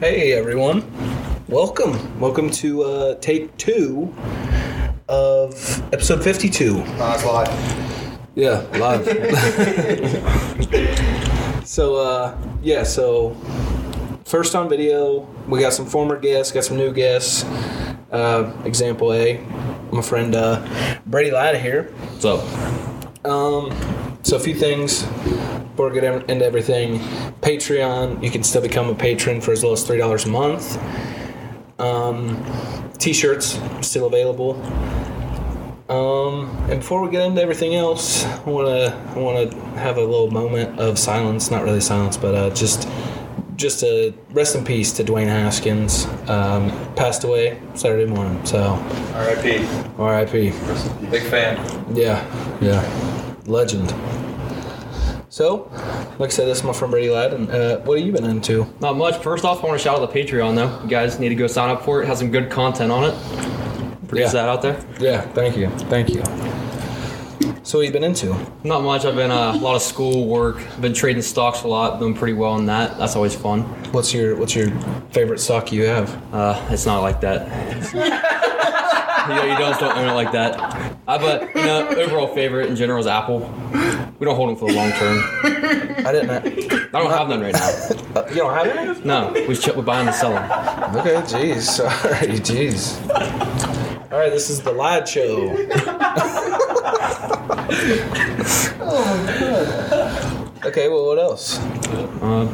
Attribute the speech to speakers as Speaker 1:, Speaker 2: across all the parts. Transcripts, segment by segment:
Speaker 1: Hey everyone, welcome, welcome to uh, take two of episode fifty-two.
Speaker 2: Uh, it's live.
Speaker 1: Yeah, live. so uh, yeah, so first on video, we got some former guests, got some new guests. Uh, example A, my friend uh, Brady Latta here.
Speaker 3: So,
Speaker 1: So a few things. Before we get in- into everything, Patreon. You can still become a patron for as low as three dollars a month. Um, t-shirts still available. Um, and before we get into everything else, I wanna I wanna have a little moment of silence. Not really silence, but uh, just just a rest in peace to Dwayne Haskins. Um, passed away Saturday morning. So
Speaker 2: R.I.P.
Speaker 1: R.I.P.
Speaker 2: Big fan.
Speaker 1: Yeah, yeah, legend. So, like I said, this is my friend Brady Ladd, and uh, what have you been into?
Speaker 3: not much. First off, I want to shout out the Patreon, though. You guys need to go sign up for it. It has some good content on it. Produce
Speaker 1: Yeah.
Speaker 3: that out there.
Speaker 1: Yeah, thank you, thank you. So, what have you been into?
Speaker 3: Not much. I've been uh, a lot of school work. Been trading stocks a lot. Doing pretty well in that. That's always fun.
Speaker 1: What's your What's your favorite stock you have?
Speaker 3: Uh, it's not like that. you know, you don't, don't own it like that. Uh, but you know, overall favorite in general is Apple. We don't hold them for the long term.
Speaker 1: I didn't. ha-
Speaker 3: I don't have none right now.
Speaker 1: Uh, you don't have any?
Speaker 3: No, we ch- we buy them and sell them.
Speaker 1: Okay, jeez, sorry, jeez. All right, this is the Ladd Show. Okay, well, what else?
Speaker 3: Uh,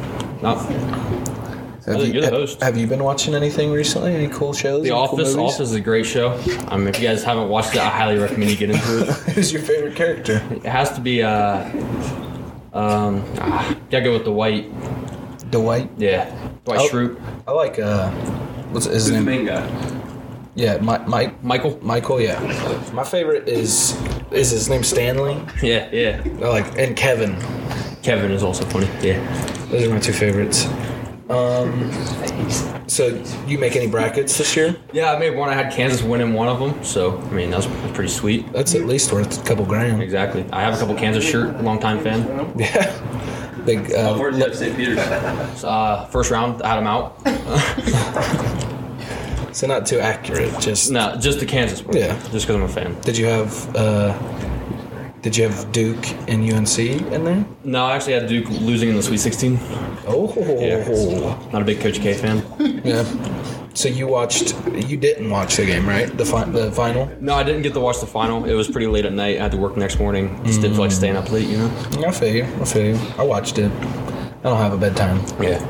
Speaker 3: not,
Speaker 1: Have
Speaker 3: think you're the
Speaker 1: ha-
Speaker 3: host.
Speaker 1: Have you been watching anything recently? Any cool shows? any
Speaker 3: The
Speaker 1: cool
Speaker 3: Office.
Speaker 1: movies?
Speaker 3: Office is a great show. Um, if you guys haven't watched it, I highly recommend you get into it.
Speaker 1: Who's your favorite character?
Speaker 3: It has to be uh, um, ah, gotta go with the white.
Speaker 1: Dwight.
Speaker 3: Yeah, Dwight
Speaker 1: Oh.
Speaker 3: Schrute,
Speaker 1: I like uh, what's his name? Yeah, Mike. Mike.
Speaker 3: Michael.
Speaker 1: Michael. Yeah. My favorite is is his name Stanley.
Speaker 3: Yeah, yeah.
Speaker 1: I like and Kevin.
Speaker 3: Kevin is also funny. Yeah.
Speaker 1: Those are my two favorites. Um, so you make any brackets this year?
Speaker 3: Yeah, I made one. I had Kansas winning one of them, so I mean that was pretty sweet.
Speaker 1: That's at least worth a couple grand.
Speaker 3: Exactly. I have a couple Kansas shirt, longtime fan.
Speaker 1: Yeah. Big. Uh,
Speaker 4: Where's St. Peter's?
Speaker 3: So, uh, first round, I had him out.
Speaker 1: so not too accurate. Just.
Speaker 3: No, just the Kansas one.
Speaker 1: Yeah.
Speaker 3: Just because I'm a fan.
Speaker 1: Did you have? Uh, did you have Duke and UNC in there?
Speaker 3: No, I actually had Duke losing in the Sweet 16.
Speaker 1: Oh.
Speaker 3: Not a big Coach K fan.
Speaker 1: Yeah. So you watched? You didn't watch the game, right? The fi- the final.
Speaker 3: No, I didn't get to watch the final. It was pretty late at night. I had to work the next morning. Just didn't feel like staying up late, you know?
Speaker 1: I feel you. I feel you. I watched it. I don't have a bedtime,
Speaker 3: Yeah.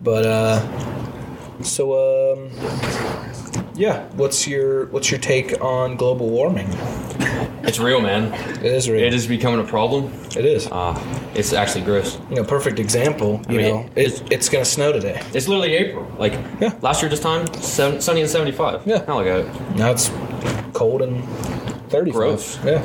Speaker 1: but uh, so um, yeah. What's your what's your take on global warming?
Speaker 3: It's real, man.
Speaker 1: It is real.
Speaker 3: It is becoming a problem.
Speaker 1: It is.
Speaker 3: Uh, it's actually gross.
Speaker 1: You know, perfect example. You
Speaker 3: I mean,
Speaker 1: know,
Speaker 3: it's-
Speaker 1: it, it's gonna snow today.
Speaker 3: It's literally April. Like,
Speaker 1: Yeah.
Speaker 3: last year, this time, seven, sunny and 75.
Speaker 1: Yeah.
Speaker 3: Not like a
Speaker 1: Now it's cold and thirty.
Speaker 3: Gross.
Speaker 1: Yeah.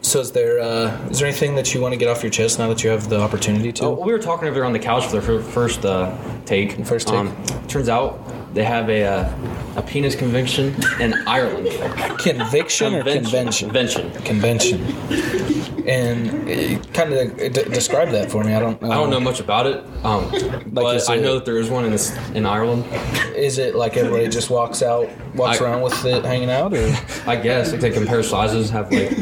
Speaker 1: So is there uh, is there anything that you want to get off your chest now that you have the opportunity to?
Speaker 3: Oh, we were talking over there on the couch for the fir- first uh, take. Um,
Speaker 1: First take.
Speaker 3: turns out they have a uh, a penis convention in Ireland.
Speaker 1: Conviction or convention?
Speaker 3: Convention.
Speaker 1: convention. And kind of d- describe that for me. I don't. Know.
Speaker 3: I don't know much about it, um,
Speaker 1: is
Speaker 3: but I
Speaker 1: it-
Speaker 3: know that there is one in this, in Ireland.
Speaker 1: Is it like everybody just walks out, walks
Speaker 3: I-
Speaker 1: around with it hanging out, or?
Speaker 3: I guess like they compare sizes, have like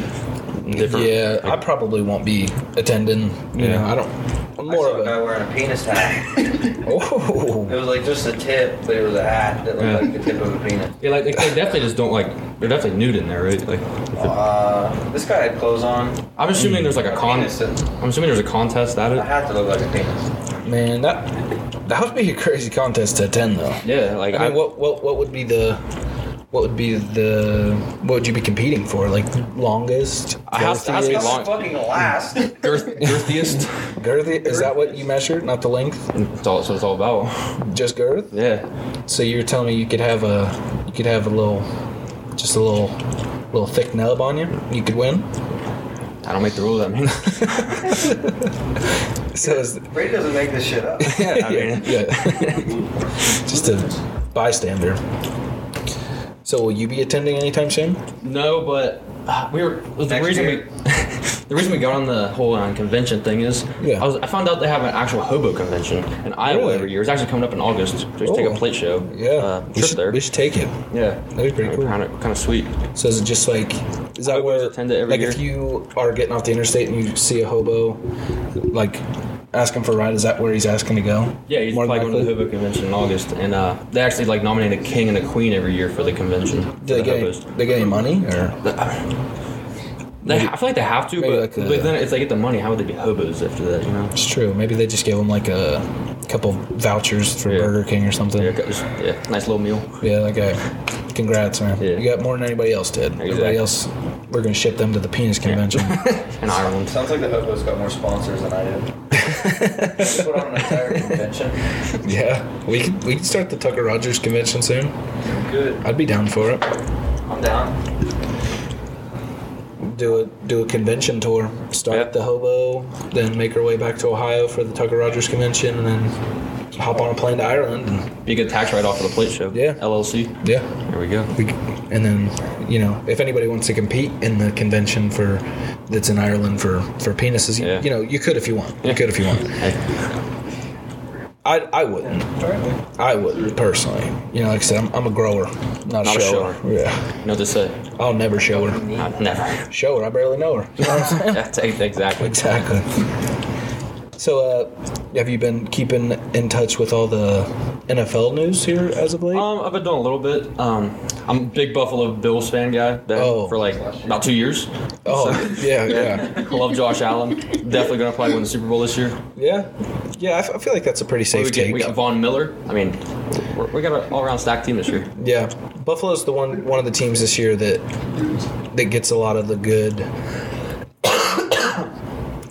Speaker 3: different.
Speaker 1: Yeah, I
Speaker 3: like,
Speaker 1: probably won't be attending. You know, I don't. I'm more
Speaker 5: I saw a
Speaker 1: of
Speaker 5: guy
Speaker 1: a.
Speaker 5: wearing a penis hat. It
Speaker 1: Oh,
Speaker 5: was like just a tip, but it was a hat that looked
Speaker 3: Yeah.
Speaker 5: like the tip of a penis.
Speaker 3: yeah, like, like, they definitely just don't like. They're definitely nude in there, right? Like,
Speaker 5: Uh, this guy had clothes on.
Speaker 3: I'm assuming there's like a con.
Speaker 5: Penis and
Speaker 3: I'm assuming there's a contest at
Speaker 5: a
Speaker 3: it.
Speaker 5: hat that looked like a penis.
Speaker 1: man, that that would be a crazy contest to attend, though.
Speaker 3: Yeah, like
Speaker 1: I mean, what what what would be the what would be the what would you be competing for? Like longest?
Speaker 3: I have to- has to be
Speaker 1: girthiest?
Speaker 5: Long.
Speaker 3: long-
Speaker 5: fucking last.
Speaker 3: girth, girthiest.
Speaker 1: Girthy? Is that what you measured? Not the length,
Speaker 3: That's all. So it's all about.
Speaker 1: just girth.
Speaker 3: Yeah.
Speaker 1: So you were telling me you could have a you could have a little just a little little thick nub on you. You could win.
Speaker 3: I don't make the rules. I mean,
Speaker 1: So is,
Speaker 5: Brady doesn't make this shit up.
Speaker 3: yeah, I
Speaker 1: yeah,
Speaker 3: mean,
Speaker 1: yeah. just a bystander. So will you be attending anytime soon?
Speaker 3: no, but uh, we were the
Speaker 5: Next
Speaker 3: reason
Speaker 5: year.
Speaker 3: we the reason we got on the whole uh, convention thing is
Speaker 1: Yeah.
Speaker 3: I, was, I found out they have an actual hobo convention in Iowa
Speaker 1: Really?
Speaker 3: every year. It's actually coming up in August. So just take
Speaker 1: Oh.
Speaker 3: a plate show.
Speaker 1: Yeah,
Speaker 3: uh,
Speaker 1: we,
Speaker 3: trip
Speaker 1: should,
Speaker 3: there.
Speaker 1: we should take it.
Speaker 3: yeah,
Speaker 1: That'd be pretty cool.
Speaker 3: Kind of kind of sweet.
Speaker 1: So is it just like is that where
Speaker 3: attend it every
Speaker 1: like
Speaker 3: year.
Speaker 1: if you are getting off the interstate and you see a hobo, like ask him for a ride? Is that where he's asking to go?
Speaker 3: Yeah, he's
Speaker 1: More
Speaker 3: probably
Speaker 1: than
Speaker 3: going to the
Speaker 1: likely?
Speaker 3: hobo convention in August, and uh, they actually like nominate a king and a queen every year for the convention.
Speaker 1: Do
Speaker 3: for
Speaker 1: they
Speaker 3: the
Speaker 1: get
Speaker 3: hobos.
Speaker 1: any, they get any money or
Speaker 3: They, I feel like they have to,
Speaker 1: maybe
Speaker 3: but,
Speaker 1: like uh, a-
Speaker 3: but then if they get the money, how would they be hobos after that? You know?
Speaker 1: it's true? Maybe they just gave him like a couple vouchers for
Speaker 3: Yeah.
Speaker 1: Burger King or something.
Speaker 3: Yeah,
Speaker 1: Yeah,
Speaker 3: got this- yeah, nice little meal.
Speaker 1: that guy. uh, Congrats, man.
Speaker 3: Yeah.
Speaker 1: You got more than anybody else did. Everybody
Speaker 3: Exactly.
Speaker 1: else, we're gonna ship them to the penis convention.
Speaker 3: in Ireland.
Speaker 5: Sounds like the hobos got more sponsors than I did. They put on an entire convention.
Speaker 1: yeah, we could we could start the Tucker Rogers convention soon.
Speaker 5: Good.
Speaker 1: I'd be down for it.
Speaker 5: I'm down.
Speaker 1: do a do a convention tour. Start
Speaker 3: Yeah.
Speaker 1: at the hobo, then make our way back to Ohio for the Tucker Rogers convention, and then hop on a plane to Ireland. And,
Speaker 3: Be a good tax write off for the plate show.
Speaker 1: Yeah.
Speaker 3: LLC.
Speaker 1: yeah,
Speaker 3: There we go.
Speaker 1: we, c- and then you know if anybody wants to compete in the convention for that's in Ireland for for penises, you,
Speaker 3: Yeah.
Speaker 1: you know you could if you want. You
Speaker 3: Yeah.
Speaker 1: could if you want.
Speaker 3: Hey,
Speaker 1: I I wouldn't. I wouldn't personally. You know, like I said, I'm, I'm a grower, not,
Speaker 3: Not
Speaker 1: a
Speaker 3: a
Speaker 1: shower.
Speaker 3: shower.
Speaker 1: Yeah,
Speaker 3: you know what they say?
Speaker 1: I'll never show her.
Speaker 3: Not, never.
Speaker 1: Show her. I barely know her.
Speaker 3: That's ex- exactly.
Speaker 1: Exactly. So, uh, have you been keeping in touch with all the NFL news here as of late?
Speaker 3: Um, I've been doing a little bit. Um, I'm a big Buffalo Bills fan guy. Been
Speaker 1: Oh.
Speaker 3: For like about two years.
Speaker 1: oh, yeah, yeah,
Speaker 3: I love Josh Allen. Definitely going to probably win the Super Bowl this year.
Speaker 1: yeah, yeah. I, f- I feel like that's a pretty safe
Speaker 3: We, get,
Speaker 1: take.
Speaker 3: we got Von Miller. I mean, we're, we got an all around stacked team this year.
Speaker 1: yeah, Buffalo's the one one of the teams this year that that gets a lot of the good.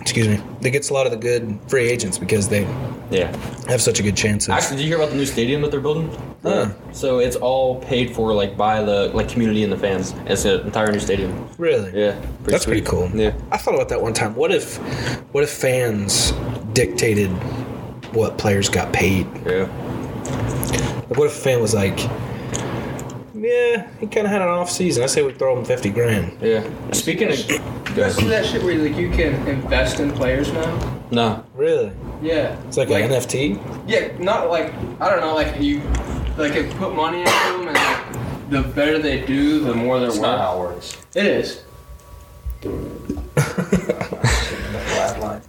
Speaker 1: excuse me. That gets a lot of the good free agents because they
Speaker 3: Yeah.
Speaker 1: have such a good chance. of-
Speaker 3: Actually, did you hear about the new stadium that they're building?
Speaker 1: Huh.
Speaker 3: So it's all paid for like by the like community and the fans. It's an entire new stadium.
Speaker 1: Really?
Speaker 3: Yeah.
Speaker 1: That's pretty cool.
Speaker 3: sweet. Yeah.
Speaker 1: I thought about that one time. What if what if fans dictated what players got paid?
Speaker 3: Yeah.
Speaker 1: Like what if a fan was like Yeah, he kinda had an off season. I say we throw him fifty grand.
Speaker 3: Yeah. Speaking of
Speaker 6: You guys see that shit where like you can invest in players now?
Speaker 3: no,
Speaker 1: Really?
Speaker 6: Yeah.
Speaker 1: It's like, an NFT?
Speaker 6: Yeah, not like I don't know, like you, like if you put money into them, and like, the better they do, the more they're
Speaker 5: That's not how
Speaker 6: worth.
Speaker 5: it works.
Speaker 6: It is.
Speaker 5: Flat line.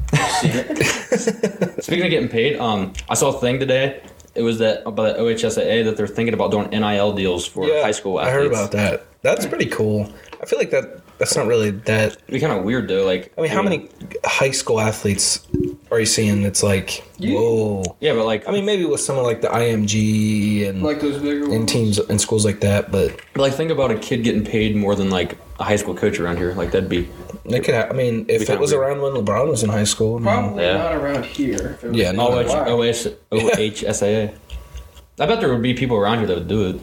Speaker 3: Speaking of getting paid, um, I saw a thing today. It was that by the OHSAA that they're thinking about doing NIL deals for high school athletes.
Speaker 1: I heard about that. That's pretty cool. I feel like that that's not really that
Speaker 3: It'd be kind of weird though. Like,
Speaker 1: I mean, how many high school athletes are you seeing that's like whoa.
Speaker 3: Yeah, but like,
Speaker 1: I mean maybe with someone like the IMG and
Speaker 6: Like those bigger
Speaker 1: in
Speaker 6: ones.
Speaker 1: teams in schools like that, but
Speaker 3: but, like think about a kid getting paid more than like a high school coach around here. Like that'd be
Speaker 1: It could. ha- I mean, if
Speaker 3: kinda
Speaker 1: it was
Speaker 3: weird.
Speaker 1: around when LeBron was in high school, no.
Speaker 6: Probably
Speaker 3: Yeah.
Speaker 6: not around here. if it was-
Speaker 1: Yeah, no.
Speaker 3: OH,
Speaker 6: Why?
Speaker 3: OH, OHSAA. I bet there would be people around here that would do it.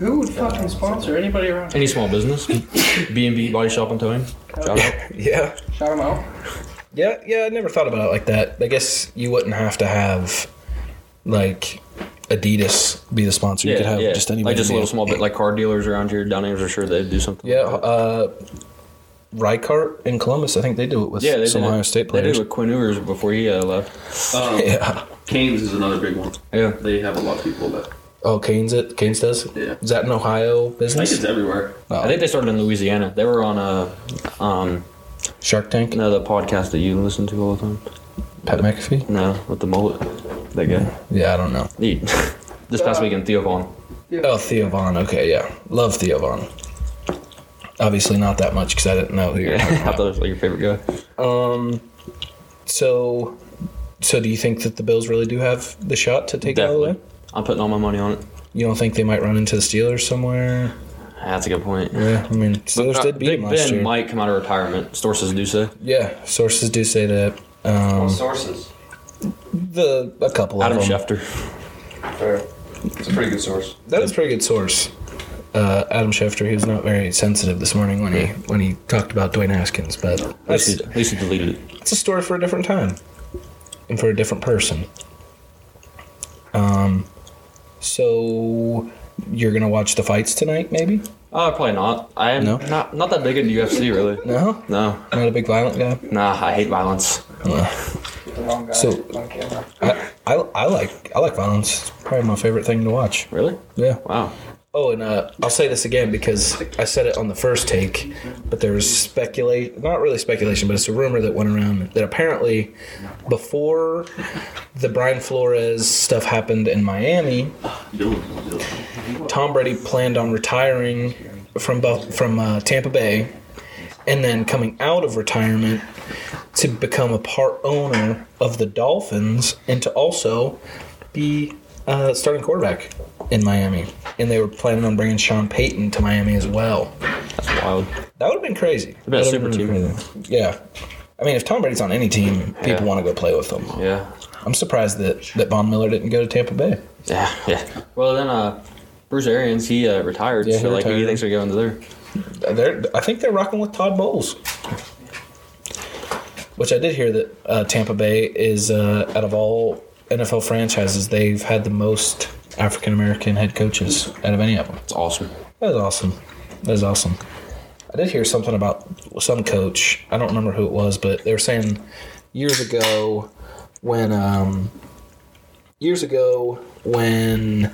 Speaker 6: Who would fucking sponsor anybody around? here?
Speaker 3: Any small business, B and B Body Shop and Towing. Shout out.
Speaker 1: yeah,
Speaker 6: Shout them out.
Speaker 1: yeah, yeah. I never thought about it like that. I guess you wouldn't have to have like Adidas be the sponsor. you could have just anybody.
Speaker 3: Like just a
Speaker 1: be-
Speaker 3: little small bit, like car dealers around here, down here, are sure they'd do something.
Speaker 1: Yeah,
Speaker 3: like that.
Speaker 1: uh, Rycart in Columbus. I think they do it with
Speaker 3: yeah, they
Speaker 1: some
Speaker 3: did it.
Speaker 1: Ohio State
Speaker 3: They
Speaker 1: players.
Speaker 3: did it with Quinn Ewers before he uh, left.
Speaker 7: Um,
Speaker 1: Yeah.
Speaker 7: Canes is another big one.
Speaker 3: Yeah.
Speaker 7: They have a lot of people that.
Speaker 1: Oh, Canes it. Canes does. it?
Speaker 7: Yeah.
Speaker 1: Is that an Ohio
Speaker 7: I think it's
Speaker 1: business?
Speaker 7: everywhere.
Speaker 1: Oh,
Speaker 3: I think they started in Louisiana. They were on a, um,
Speaker 1: Shark Tank.
Speaker 3: no, the podcast that you listen to all the time.
Speaker 1: Pat McAfee.
Speaker 3: No, with the mullet, that guy.
Speaker 1: Yeah, I don't know.
Speaker 3: He- this past
Speaker 1: Uh,
Speaker 3: weekend, Theo Vaughn.
Speaker 1: Oh, Theo Vaughn. Okay, yeah, love Theo Vaughn. Obviously, not that much because I didn't know who you were talking
Speaker 3: I thought it was like your favorite guy.
Speaker 1: Um, so, so do you think that the Bills really do have the shot to take it all
Speaker 3: Definitely.
Speaker 1: away?
Speaker 3: I'm putting all my money on it.
Speaker 1: You don't think they might run into the Steelers somewhere?
Speaker 3: That's a good point.
Speaker 1: Yeah, I mean, Steelers
Speaker 3: Uh,
Speaker 1: did beat
Speaker 3: Big
Speaker 1: them last
Speaker 3: Ben
Speaker 1: year.
Speaker 3: might come out of retirement. Sources do so.
Speaker 1: yeah, sources do say that.
Speaker 5: What
Speaker 1: Um,
Speaker 5: sources?
Speaker 1: the a couple
Speaker 3: Adam
Speaker 1: of them.
Speaker 3: Schefter.
Speaker 5: Fair. It's a pretty good source.
Speaker 1: That was a pretty good source. Uh, Adam Schefter, he was not very sensitive this morning when he when he talked about Dwayne Haskins, but
Speaker 3: At least,
Speaker 1: that's,
Speaker 3: he, at least he deleted it.
Speaker 1: that's a story for a different time and for a different person. Um, so you're gonna watch the fights tonight, maybe?
Speaker 8: Uh, probably not. I'm
Speaker 1: No?
Speaker 8: not not that big into UFC really.
Speaker 1: No,
Speaker 8: No,
Speaker 1: not a big violent guy.
Speaker 8: nah, I hate violence.
Speaker 9: The wrong guy
Speaker 1: So-
Speaker 9: on camera.
Speaker 1: I, I, I like I like violence. It's probably my favorite thing to watch.
Speaker 8: Really?
Speaker 1: Yeah.
Speaker 8: Wow.
Speaker 1: Oh, and uh, I'll say this again because I said it on the first take, but there was speculation, not really speculation, but it's a rumor that went around that apparently before the Brian Flores stuff happened in Miami, Tom Brady planned on retiring from Buff- from uh, Tampa Bay and then coming out of retirement to become a part owner of the Dolphins and to also be uh, starting quarterback in Miami. And they were planning on bringing Sean Payton to Miami as well.
Speaker 8: Wild.
Speaker 1: That would have been crazy.
Speaker 8: It'd been a
Speaker 1: That would've
Speaker 8: super
Speaker 1: been crazy. Yeah. I mean, if Tom Brady's on any team,
Speaker 8: Yeah.
Speaker 1: people want to go play with him.
Speaker 8: Yeah.
Speaker 1: I'm surprised that, that Von Miller didn't go to Tampa Bay.
Speaker 8: Yeah. Yeah. Well, then uh, Bruce Arians he uh, retired.
Speaker 1: Yeah, he
Speaker 8: so like, who do you
Speaker 1: retired.
Speaker 8: think's gonna go into there?
Speaker 1: They're, I think they're rocking with Todd Bowles. Which I did hear that uh, Tampa Bay is, uh, out of all NFL franchises, they've had the most African American head coaches out of any of them.
Speaker 8: It's awesome.
Speaker 1: That is awesome. That is awesome. I did hear something about some coach. I don't remember who it was, but they were saying years ago when um, years ago when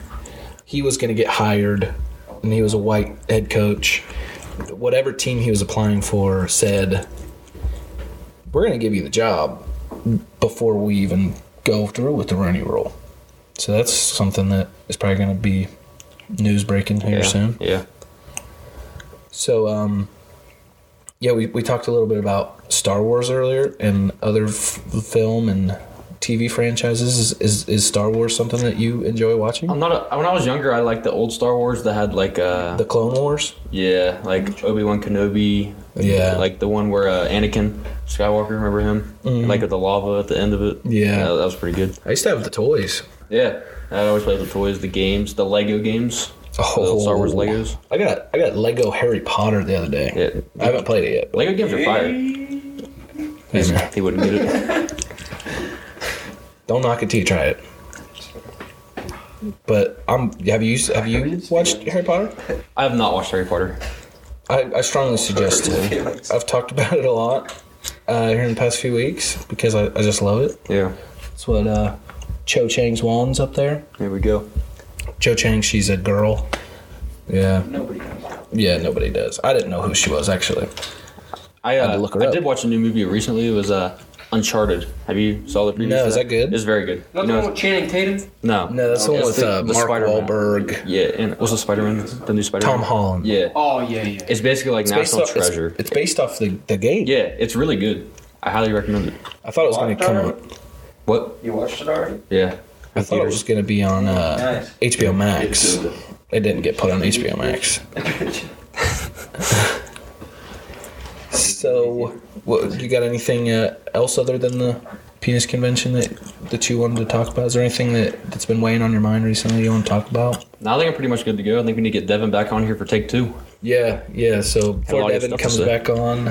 Speaker 1: he was going to get hired and he was a white head coach. Whatever team he was applying for said, "We're going to give you the job before we even go through with the Rooney Rule." So that's something that is probably going to be news breaking here
Speaker 8: yeah.
Speaker 1: soon.
Speaker 8: Yeah.
Speaker 1: So, um, yeah, we, we talked a little bit about Star Wars earlier and other f- film and TV franchises. Is, is, is Star Wars something that you enjoy watching?
Speaker 8: I'm not. A, when I was younger, I liked the old Star Wars that had like uh,
Speaker 1: the Clone Wars?
Speaker 8: yeah, like Obi Wan Kenobi.
Speaker 1: Yeah.
Speaker 8: Like the one where uh, Anakin Skywalker, remember him? Like with the lava at the end of it.
Speaker 1: Mm-hmm. Yeah.
Speaker 8: that was pretty good.
Speaker 1: I used to have the toys.
Speaker 8: Yeah, I always played the toys, the games, the Lego games,
Speaker 1: Oh,
Speaker 8: the Star Wars Legos.
Speaker 1: I got I got Lego Harry Potter the other day.
Speaker 8: Yeah.
Speaker 1: I haven't played it yet.
Speaker 8: Lego games are fire.
Speaker 1: Hey, man,
Speaker 8: He wouldn't get it.
Speaker 1: Don't knock it till you try it. But I'm. Have you have you watched Harry Potter?
Speaker 8: I have not watched Harry Potter.
Speaker 1: I, I strongly suggest it. I've talked about it a lot uh, here in the past few weeks because I, I just love it.
Speaker 8: Yeah,
Speaker 1: That's what uh, Cho Chang's wands up there.
Speaker 8: here we go.
Speaker 1: Cho Chang, she's a girl. Yeah,
Speaker 9: Nobody knows.
Speaker 1: yeah, nobody does. I didn't know who she was actually.
Speaker 8: I uh,
Speaker 1: to
Speaker 8: I,
Speaker 1: look her up.
Speaker 8: did watch a new movie recently. It was uh, Uncharted. Have you saw the preview?
Speaker 1: No,
Speaker 8: for
Speaker 1: is that good?
Speaker 8: It's very good.
Speaker 6: Not
Speaker 8: You
Speaker 6: the
Speaker 8: know,
Speaker 6: one with Channing Tatum.
Speaker 8: no,
Speaker 1: No, that's the one
Speaker 8: It's
Speaker 1: with uh, Mark
Speaker 8: Spider-Man.
Speaker 1: Wahlberg,
Speaker 8: Yeah, and was the Spider Man the new Spider Man?
Speaker 1: Tom Holland.
Speaker 8: Yeah,
Speaker 6: Oh yeah, yeah.
Speaker 8: it's basically like
Speaker 1: It's based
Speaker 8: National
Speaker 1: off- it's-
Speaker 8: Treasure.
Speaker 1: It's, based off the, the game.
Speaker 8: yeah, it's really good. I highly recommend it.
Speaker 1: I thought it was going to come.
Speaker 9: Water?
Speaker 1: out-
Speaker 8: What?
Speaker 9: You watched it already?
Speaker 8: Yeah,
Speaker 1: I thought it was going to be on uh,
Speaker 9: Nice.
Speaker 1: HBO Max.
Speaker 3: It's, uh,
Speaker 1: It didn't get put on HBO Max. So, what, you got anything uh, else other than the penis convention that, that you wanted to talk about? Is there anything that, that's been weighing on your mind recently you want to talk about?
Speaker 8: now I think I'm pretty much good to go. I think we need to get Devin back on here for take two.
Speaker 1: Yeah, yeah. So,
Speaker 8: lot
Speaker 1: before
Speaker 8: of
Speaker 1: Devin
Speaker 8: stuff to
Speaker 1: comes
Speaker 8: say.
Speaker 1: back on,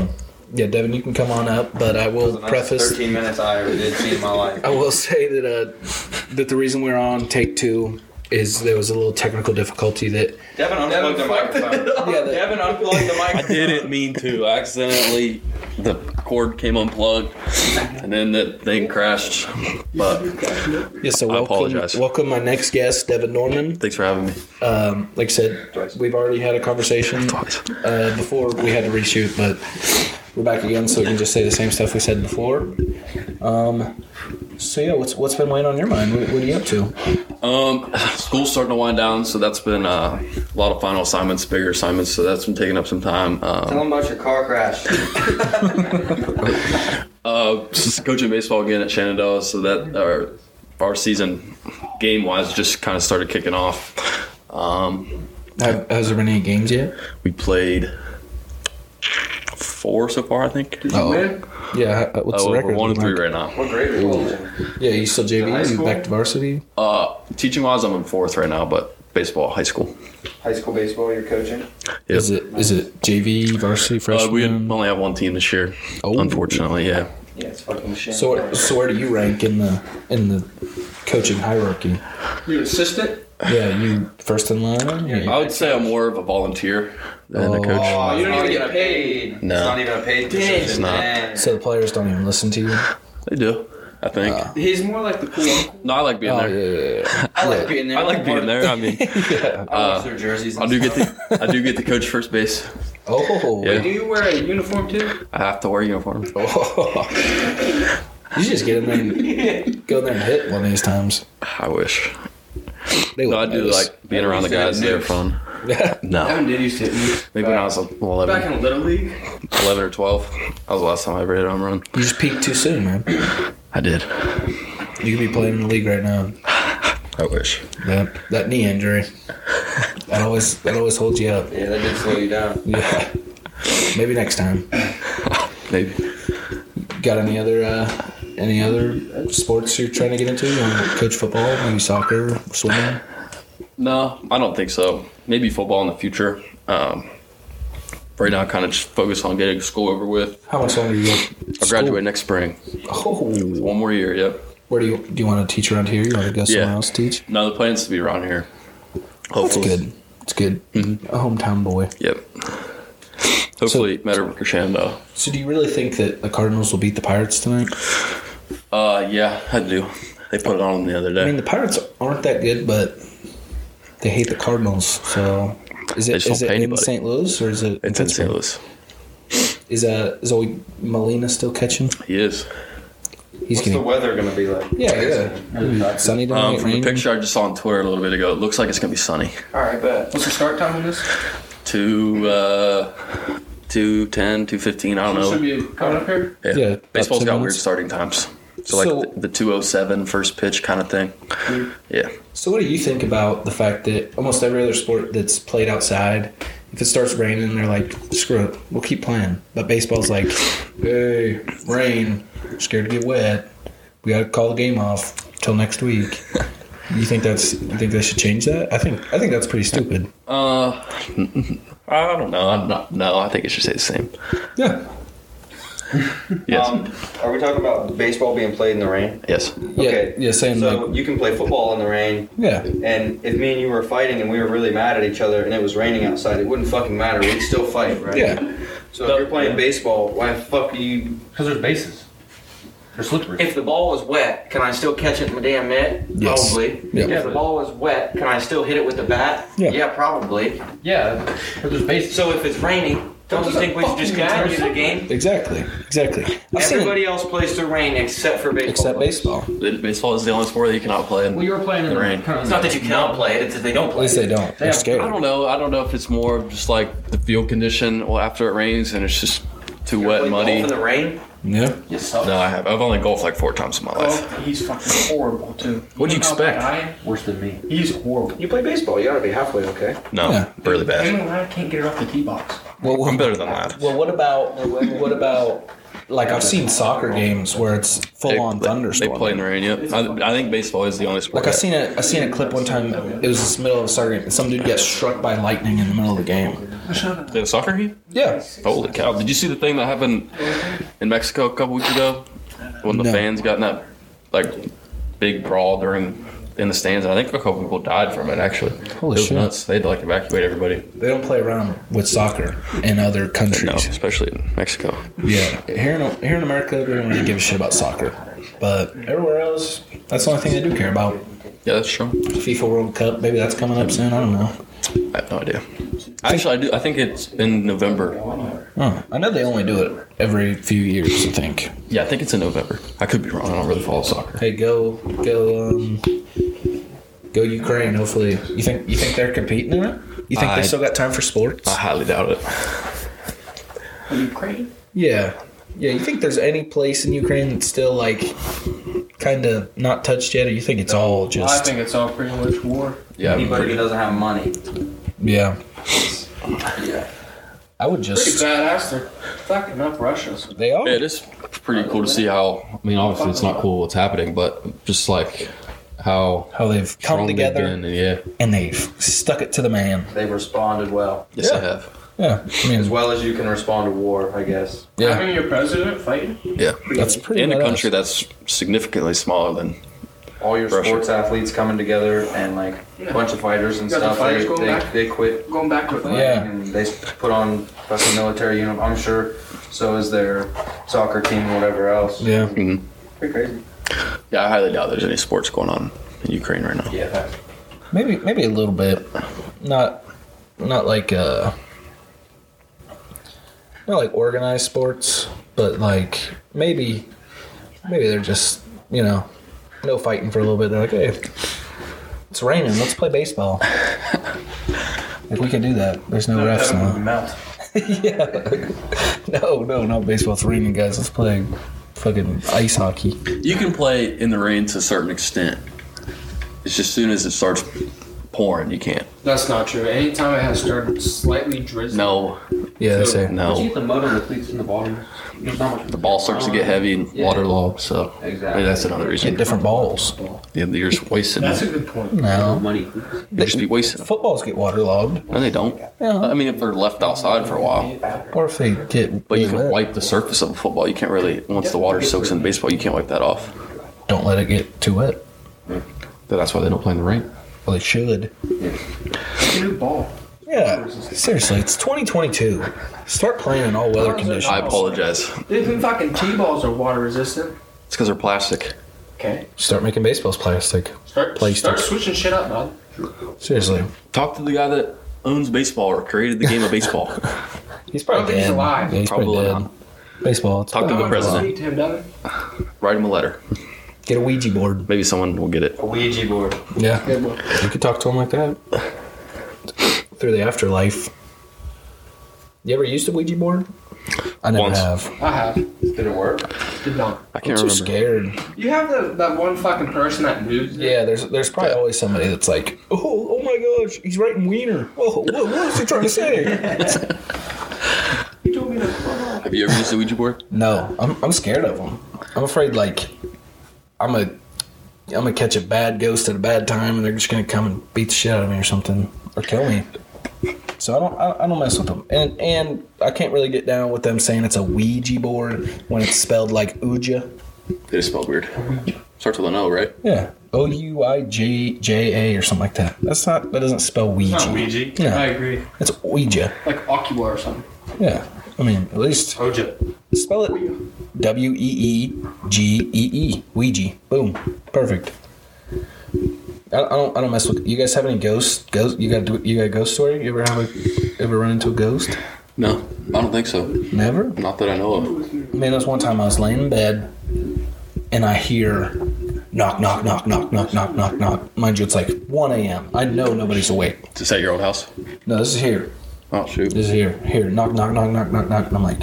Speaker 1: um, yeah, Devin, you can come on up, but I will
Speaker 9: Nice
Speaker 1: preface.
Speaker 9: 13 minutes I ever did see in my life.
Speaker 1: I will say that uh, that the reason we're on take two is there was a little technical difficulty that
Speaker 9: Devin unplugged the microphone.
Speaker 1: yeah, that,
Speaker 6: Devin unplugged the mic.
Speaker 3: I didn't mean to. I accidentally, the cord came unplugged, and then that thing crashed. But
Speaker 1: yeah. So
Speaker 3: I
Speaker 1: welcome,
Speaker 3: apologize.
Speaker 1: welcome my next guest, Devin Norman.
Speaker 3: thanks for having me.
Speaker 1: um, like I said, we've already had a conversation uh, before we had to reshoot, but we're back again, so we can just say the same stuff we said before. Um, so yeah, what's what's been weighing on your mind? What, what are you up to?
Speaker 3: Um, school's starting to wind down, so that's been uh, a lot of final assignments, bigger assignments. So that's been taking up some time. Um,
Speaker 9: Tell him about your car crash.
Speaker 3: Uh, s- coaching baseball again at Shenandoah, so that our our season game wise just kind of started kicking off. Um,
Speaker 1: Have, has there been any games yet?
Speaker 3: we played four so far, I think.
Speaker 6: Did you win?
Speaker 1: Yeah, uh, what's
Speaker 3: Oh,
Speaker 1: the record?
Speaker 3: we're one and three
Speaker 1: Like,
Speaker 3: right now.
Speaker 9: What grade are you holding?
Speaker 1: Yeah, you still
Speaker 9: High
Speaker 1: JV? You
Speaker 9: school?
Speaker 1: back to varsity?
Speaker 3: Uh, teaching wise, I'm in fourth right now, but baseball, high school.
Speaker 9: High school baseball, you're coaching?
Speaker 3: Yep.
Speaker 1: Is it is it JV varsity
Speaker 3: Uh, we
Speaker 1: freshman?
Speaker 3: only have one team this year,
Speaker 1: Oh.
Speaker 3: unfortunately. Yeah,
Speaker 9: Yeah, it's fucking shit.
Speaker 1: so where- so where do you rank in the in the coaching hierarchy?
Speaker 6: You an assistant?
Speaker 1: Yeah, you first in line.
Speaker 3: I would say I'm more of a volunteer than a coach.
Speaker 6: Oh, you don't
Speaker 5: Not
Speaker 6: even
Speaker 5: even
Speaker 6: get
Speaker 5: a paid.
Speaker 3: No.
Speaker 5: It's not even a paid
Speaker 6: Dang.
Speaker 5: position.
Speaker 6: It's
Speaker 3: not.
Speaker 5: Man.
Speaker 1: So the players don't even listen to you.
Speaker 3: They do, I think.
Speaker 6: He's more like the cool uncle.
Speaker 3: no, I like being
Speaker 1: Uh. Oh yeah,
Speaker 3: there.
Speaker 1: yeah, yeah.
Speaker 9: I like being there.
Speaker 3: I like being there. I mean, uh,
Speaker 9: I watch their jerseys.
Speaker 3: I
Speaker 9: And
Speaker 3: do
Speaker 9: stuff.
Speaker 3: get the I do get to coach first base.
Speaker 1: Oh,
Speaker 3: Yeah.
Speaker 6: Do you wear a uniform too?
Speaker 3: I have to wear uniform.
Speaker 1: you just get in there, and go in there and hit one of these times.
Speaker 3: I wish.
Speaker 1: They
Speaker 3: No, I
Speaker 1: wouldn't
Speaker 3: do
Speaker 1: notice.
Speaker 3: like being around the guys. They're fun. No,
Speaker 6: Evan did used to hit me.
Speaker 3: maybe when I was
Speaker 6: Back
Speaker 3: 11,
Speaker 6: in Little League?
Speaker 3: 11 or 12. That was the last time I ever hit a home run.
Speaker 1: you just peaked too soon, man.
Speaker 3: I did.
Speaker 1: You could be playing in the league right now.
Speaker 3: I wish.
Speaker 1: That that knee injury, that always that always holds you up.
Speaker 9: Yeah, that did slow you down.
Speaker 1: Yeah. Maybe next time.
Speaker 3: Maybe.
Speaker 1: Got any other uh, any other sports you're trying to get into? You want to coach football, maybe soccer, swimming.
Speaker 3: No, I don't think so. Maybe football in the future. Um, right now, kind of just focus on getting school over with.
Speaker 1: How much longer do you got?
Speaker 3: I graduate next spring.
Speaker 1: Oh,
Speaker 3: One more year. Yep.
Speaker 1: where do you do you want to teach around here? You want to go somewhere
Speaker 3: Yeah.
Speaker 1: else teach?
Speaker 3: No, the plan's to be around here.
Speaker 1: It's
Speaker 3: Hopefully.
Speaker 1: good. It's good.
Speaker 3: Mm-hmm.
Speaker 1: A hometown boy.
Speaker 3: Yep. Hopefully, Meadowbrook or Shenandoah.
Speaker 1: So, do you really think that the Cardinals will beat the Pirates tonight?
Speaker 3: Uh, yeah, I do. They put it on the other
Speaker 1: I mean,
Speaker 3: day.
Speaker 1: the Pirates aren't that good, but they hate the Cardinals. So, is
Speaker 3: They
Speaker 1: it
Speaker 3: just don't
Speaker 1: is it
Speaker 3: pay
Speaker 1: in
Speaker 3: anybody.
Speaker 1: St. Louis or is it
Speaker 3: It's in St. Louis.
Speaker 1: Is uh Zoe Molina still catching?
Speaker 3: He is.
Speaker 1: He's
Speaker 5: What's the
Speaker 1: getting
Speaker 5: weather gonna be like?
Speaker 1: yeah yeah. Sunny
Speaker 3: Um,
Speaker 1: tonight,
Speaker 3: from the
Speaker 1: rain.
Speaker 3: picture I just saw on Twitter a little bit ago, it looks like it's gonna be sunny.
Speaker 9: All right, bet.
Speaker 6: What's the start time on this?
Speaker 3: Two, uh, two ten, two fifteen. I don't know.
Speaker 6: Should be coming up here?
Speaker 3: Yeah.
Speaker 1: Yeah, about
Speaker 3: Baseball's
Speaker 1: ten
Speaker 3: got weird
Speaker 1: minutes.
Speaker 3: starting times. So, like
Speaker 1: So-
Speaker 3: the, the 207 first pitch kind of thing. Yeah.
Speaker 1: So, what do you think about the fact that almost every other sport that's played outside, if it starts raining, they're like, screw it, we'll keep playing. But baseball's like, hey, rain, scared to get wet, we gotta call the game off till next week. You think that's? You think they should change that? I think. I think that's pretty stupid.
Speaker 3: Uh, I don't know. I'm not, no, I think it should stay the same.
Speaker 1: Yeah.
Speaker 3: Yes.
Speaker 5: Um, are we talking about baseball being played in the rain?
Speaker 3: yes.
Speaker 5: Okay.
Speaker 1: Yeah. Yeah. Saying
Speaker 5: So
Speaker 1: like.
Speaker 5: you can play football in the rain,
Speaker 1: Yeah.
Speaker 5: and if me and you were fighting and we were really mad at each other and it was raining outside, it wouldn't fucking matter. We'd still fight, right?
Speaker 1: Yeah.
Speaker 5: So if you're playing baseball, why the fuck are you?
Speaker 10: Because there's bases. They're slippery.
Speaker 9: If the ball was wet, can I still catch it in the damn mitt?
Speaker 1: Yes.
Speaker 9: Probably.
Speaker 1: Yeah.
Speaker 9: If the ball was wet, can I still hit it with the bat?
Speaker 1: Yeah.
Speaker 9: probably.
Speaker 10: yeah, but there's bases.
Speaker 9: So if it's raining, don't you think we should just continue the game?
Speaker 1: Exactly. Exactly. I've seen it,
Speaker 9: Everybody else plays through rain except for baseball.
Speaker 1: except
Speaker 9: players.
Speaker 1: baseball.
Speaker 3: The- Baseball is the only sport that you cannot play in.
Speaker 10: well, you were playing in
Speaker 3: The
Speaker 10: the,
Speaker 3: rain.
Speaker 10: Kind of-
Speaker 9: It's not that you cannot play it; it's that they don't
Speaker 1: At
Speaker 9: play.
Speaker 1: least they don't. They're
Speaker 10: Yeah.
Speaker 1: scared.
Speaker 3: I don't know. I don't know if it's more of just like the field condition. Well, after it rains and it's just too wet
Speaker 9: Play golf
Speaker 3: and muddy.
Speaker 9: in the rain.
Speaker 1: Yeah.
Speaker 10: You suck.
Speaker 3: No, I have. I've only golfed like four times in my life.
Speaker 10: Oh, he's fucking horrible too.
Speaker 3: What'd you
Speaker 10: know how bad
Speaker 3: expect?
Speaker 10: I am? Worse than me. He's horrible.
Speaker 5: You play baseball. You gotta be halfway okay.
Speaker 3: No,
Speaker 1: Yeah.
Speaker 3: really
Speaker 10: Him
Speaker 3: bad.
Speaker 10: and I can't get it off the tee box.
Speaker 1: Well, well,
Speaker 3: I'm better than that.
Speaker 1: Well, what about what about like I've seen soccer games where it's full on
Speaker 3: they,
Speaker 1: thunderstorm.
Speaker 3: They play in the rain. Yeah, I, I think baseball is the only sport.
Speaker 1: like I
Speaker 3: that-
Speaker 1: seen a I seen a clip one time. It was this middle of a soccer game. and Some dude got struck by lightning in the middle of the game.
Speaker 3: They have a soccer game.
Speaker 1: Yeah.
Speaker 3: Holy cow! Did you see the thing that happened in Mexico a couple weeks ago when the
Speaker 1: No.
Speaker 3: fans got in that like big brawl during in the stands? And I think a couple people died from it. Actually,
Speaker 1: Holy
Speaker 3: it was
Speaker 1: shit.
Speaker 3: nuts. They had to like evacuate everybody.
Speaker 1: They don't play around with soccer in other
Speaker 3: No,
Speaker 1: countries.
Speaker 3: especially in Mexico.
Speaker 1: Yeah. Here in here in America, they don't really give a shit about soccer, but everywhere else, that's the only thing they do care about.
Speaker 3: Yeah, that's true.
Speaker 1: FIFA World Cup, maybe that's coming up soon. I don't know.
Speaker 3: I have no idea. Actually, I do. I think it's in November.
Speaker 1: Oh, I know they only do it every few years. I think.
Speaker 3: Yeah, I think it's in November. I could be wrong. I don't really follow soccer.
Speaker 1: Hey, go, go, um, go Ukraine. Hopefully, you think you think they're competing in it. You think
Speaker 3: I-
Speaker 1: they still got time for sports?
Speaker 3: I highly doubt it.
Speaker 10: Ukraine.
Speaker 1: yeah, yeah. You think there's any place in Ukraine that's still like kind of not touched yet, or you think it's all
Speaker 6: I
Speaker 1: just
Speaker 6: think it's all pretty much war.
Speaker 3: Yeah, I'm
Speaker 9: Anybody
Speaker 3: pretty-
Speaker 9: who doesn't have money.
Speaker 1: yeah?
Speaker 9: Yeah.
Speaker 1: I would
Speaker 6: Pretty
Speaker 1: just.
Speaker 6: badass. They're fucking up Russia. so-
Speaker 1: They are.
Speaker 3: Yeah, it is pretty cool to see how. I mean, obviously, it's not cool what's happening, but just like how
Speaker 1: How they've come
Speaker 3: strong they've
Speaker 1: together
Speaker 3: been, and yeah,
Speaker 1: and they've stuck it to the man.
Speaker 9: They responded well.
Speaker 3: yes,
Speaker 1: Yeah.
Speaker 3: I have.
Speaker 1: Yeah, I
Speaker 5: As
Speaker 1: mean,
Speaker 5: well as you can respond to war, I guess.
Speaker 1: yeah,
Speaker 6: Having your president fighting?
Speaker 3: Yeah,
Speaker 1: that's pretty.
Speaker 3: in a
Speaker 1: badass.
Speaker 3: country that's significantly smaller than
Speaker 9: all your
Speaker 3: Pressure.
Speaker 9: sports athletes coming together and like
Speaker 6: Yeah.
Speaker 9: a bunch of fighters and
Speaker 6: You got the
Speaker 9: stuff.
Speaker 6: fighters
Speaker 9: they,
Speaker 6: going
Speaker 9: they,
Speaker 6: back?
Speaker 9: they quit.
Speaker 6: Going back to
Speaker 9: fighting
Speaker 6: fight.
Speaker 1: Yeah.
Speaker 9: And they put on fucking military uniform. I'm sure. So is their soccer team or whatever else.
Speaker 1: Yeah.
Speaker 9: Pretty crazy.
Speaker 3: Yeah, I highly doubt there's any sports going on in Ukraine right now.
Speaker 9: Yeah.
Speaker 1: Maybe maybe a little bit. Not not like uh not like organized sports, but like maybe maybe they're just, you know, no fighting for a little bit. They're like, hey, it's raining, let's play baseball. if we could do that, there's no refs now.
Speaker 9: Mount.
Speaker 1: yeah. no, no, no baseball. It's raining, guys. Let's play fucking ice hockey.
Speaker 3: You can play in the rain to a certain extent. It's just as soon as it starts pouring, you can't.
Speaker 6: That's not true. Anytime it has started slightly drizzling.
Speaker 3: No,
Speaker 1: Yeah, that's it.
Speaker 10: Oh. you
Speaker 3: no.
Speaker 10: get the mud on the cleats in the bottom? There's not much.
Speaker 3: The ball starts to get heavy and waterlogged, so
Speaker 10: Exactly.
Speaker 3: maybe that's another
Speaker 1: Get
Speaker 3: reason.
Speaker 1: different balls.
Speaker 3: Yeah, you're just wasting.
Speaker 10: That's a
Speaker 3: You
Speaker 10: good point.
Speaker 1: No.
Speaker 10: Money.
Speaker 3: just be wasting. them.
Speaker 1: Footballs get waterlogged,
Speaker 3: No, they don't.
Speaker 1: Yeah.
Speaker 3: I mean, if they're left outside for a while,
Speaker 1: or if they get
Speaker 3: but you can
Speaker 1: wet,
Speaker 3: wipe the surface of a football. You can't really once the water soaks in baseball, you can't wipe that off.
Speaker 1: don't let it get too wet.
Speaker 3: But That's why they don't play in the rain.
Speaker 1: Well, it should.
Speaker 10: It's a new ball.
Speaker 1: Yeah, seriously, it's 2022. Start playing in all weather conditions.
Speaker 3: I apologize.
Speaker 6: Even fucking tee balls are water resistant.
Speaker 3: It's because they're plastic.
Speaker 6: Okay.
Speaker 1: Start making baseballs plastic.
Speaker 6: Start,
Speaker 1: Play
Speaker 6: start
Speaker 1: stuff.
Speaker 6: switching shit up, dog.
Speaker 1: Seriously,
Speaker 3: Talk to the guy that owns baseball or created the game of baseball.
Speaker 1: he's probably
Speaker 6: I don't think he's
Speaker 1: dead.
Speaker 6: alive.
Speaker 1: Yeah, he's probably,
Speaker 3: Probably
Speaker 1: dead.
Speaker 3: not.
Speaker 1: Baseball. it's
Speaker 3: Talk to
Speaker 1: probably not
Speaker 3: the president.
Speaker 1: alive.
Speaker 6: Sweet, Tim Dunn.
Speaker 3: Write him a letter.
Speaker 1: Get a Ouija board.
Speaker 3: Maybe someone will get it.
Speaker 9: A Ouija board.
Speaker 1: Yeah,
Speaker 6: Good one.
Speaker 1: you could talk to him like that through the afterlife. You ever used a Ouija board? I never
Speaker 3: Once.
Speaker 1: have.
Speaker 6: I have.
Speaker 9: Did it work?
Speaker 6: Did not.
Speaker 3: I
Speaker 1: I'm
Speaker 3: can't
Speaker 1: too
Speaker 3: remember.
Speaker 1: scared.
Speaker 6: You have the, that one fucking person that moves. it.
Speaker 1: Yeah, there's there's probably always somebody that's like, oh, oh my gosh, he's writing wiener. Whoa, what, what is he trying to say?
Speaker 6: You told me that.
Speaker 3: Have you ever used a Ouija board?
Speaker 1: no, I'm, I'm scared of them. I'm afraid like I'm a I'm gonna catch a bad ghost at a bad time, and they're just gonna come and beat the shit out of me or something, or kill me. So I don't I, I don't mess with them, and and I can't really get down with them saying it's a Ouija board when it's spelled like Ouija.
Speaker 3: They just smell weird. Starts with an O, right?
Speaker 1: Yeah, O U I J J A or something like that. That's not that doesn't spell Ouija.
Speaker 6: Not Ouija.
Speaker 1: Yeah.
Speaker 6: I agree.
Speaker 1: It's Ouija.
Speaker 6: Like Ocula or something.
Speaker 1: Yeah. I mean, at least
Speaker 9: Oja.
Speaker 1: spell it W E E G E E. Ouija. Boom. Perfect. I, I don't. I don't mess with. You guys have any ghost? Ghost? You got? do- You got a ghost story? You ever have a? Ever run into a ghost?
Speaker 3: No, I don't think so.
Speaker 1: Never.
Speaker 3: Not that I know of.
Speaker 1: Man, that's one time I was laying in bed, and I hear knock, knock, knock, knock, knock, knock, knock, knock. Mind you, it's like 1 a.m. I know nobody's awake.
Speaker 3: Is this at your old house?
Speaker 1: No, this is here.
Speaker 3: Oh shoot.
Speaker 1: This is here, here, knock, knock, knock, knock, knock, knock. And I'm like,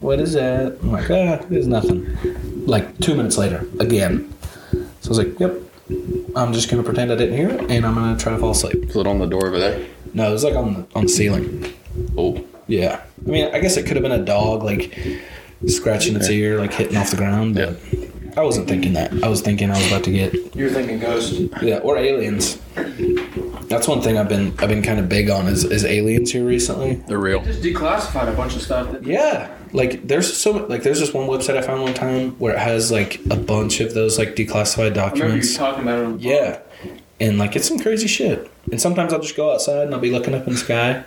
Speaker 1: what is that? I'm like, ah, there's nothing. Like two minutes later, again. So I was like, yep, I'm just gonna pretend I didn't hear it, and I'm gonna try to fall asleep.
Speaker 3: Is it on the door over there?
Speaker 1: No, it was like on the on the ceiling.
Speaker 3: Oh,
Speaker 1: Yeah, I mean, I guess it could have been a dog like scratching its ear, like hitting off the ground. But I wasn't thinking that. I was thinking I was about to get
Speaker 9: You're thinking ghost.
Speaker 1: yeah, or aliens. That's one thing I've been I've been kind of big on is is aliens here recently.
Speaker 3: they're real.
Speaker 6: Just declassified a bunch of stuff. That,
Speaker 1: Yeah, like there's so mu- like there's this one website I found one time where it has like a bunch of those like declassified
Speaker 6: I remember you
Speaker 1: documents.
Speaker 6: talking about it. on-
Speaker 1: Yeah, and like it's some crazy shit. And sometimes I'll just go outside and I'll be looking up in the sky,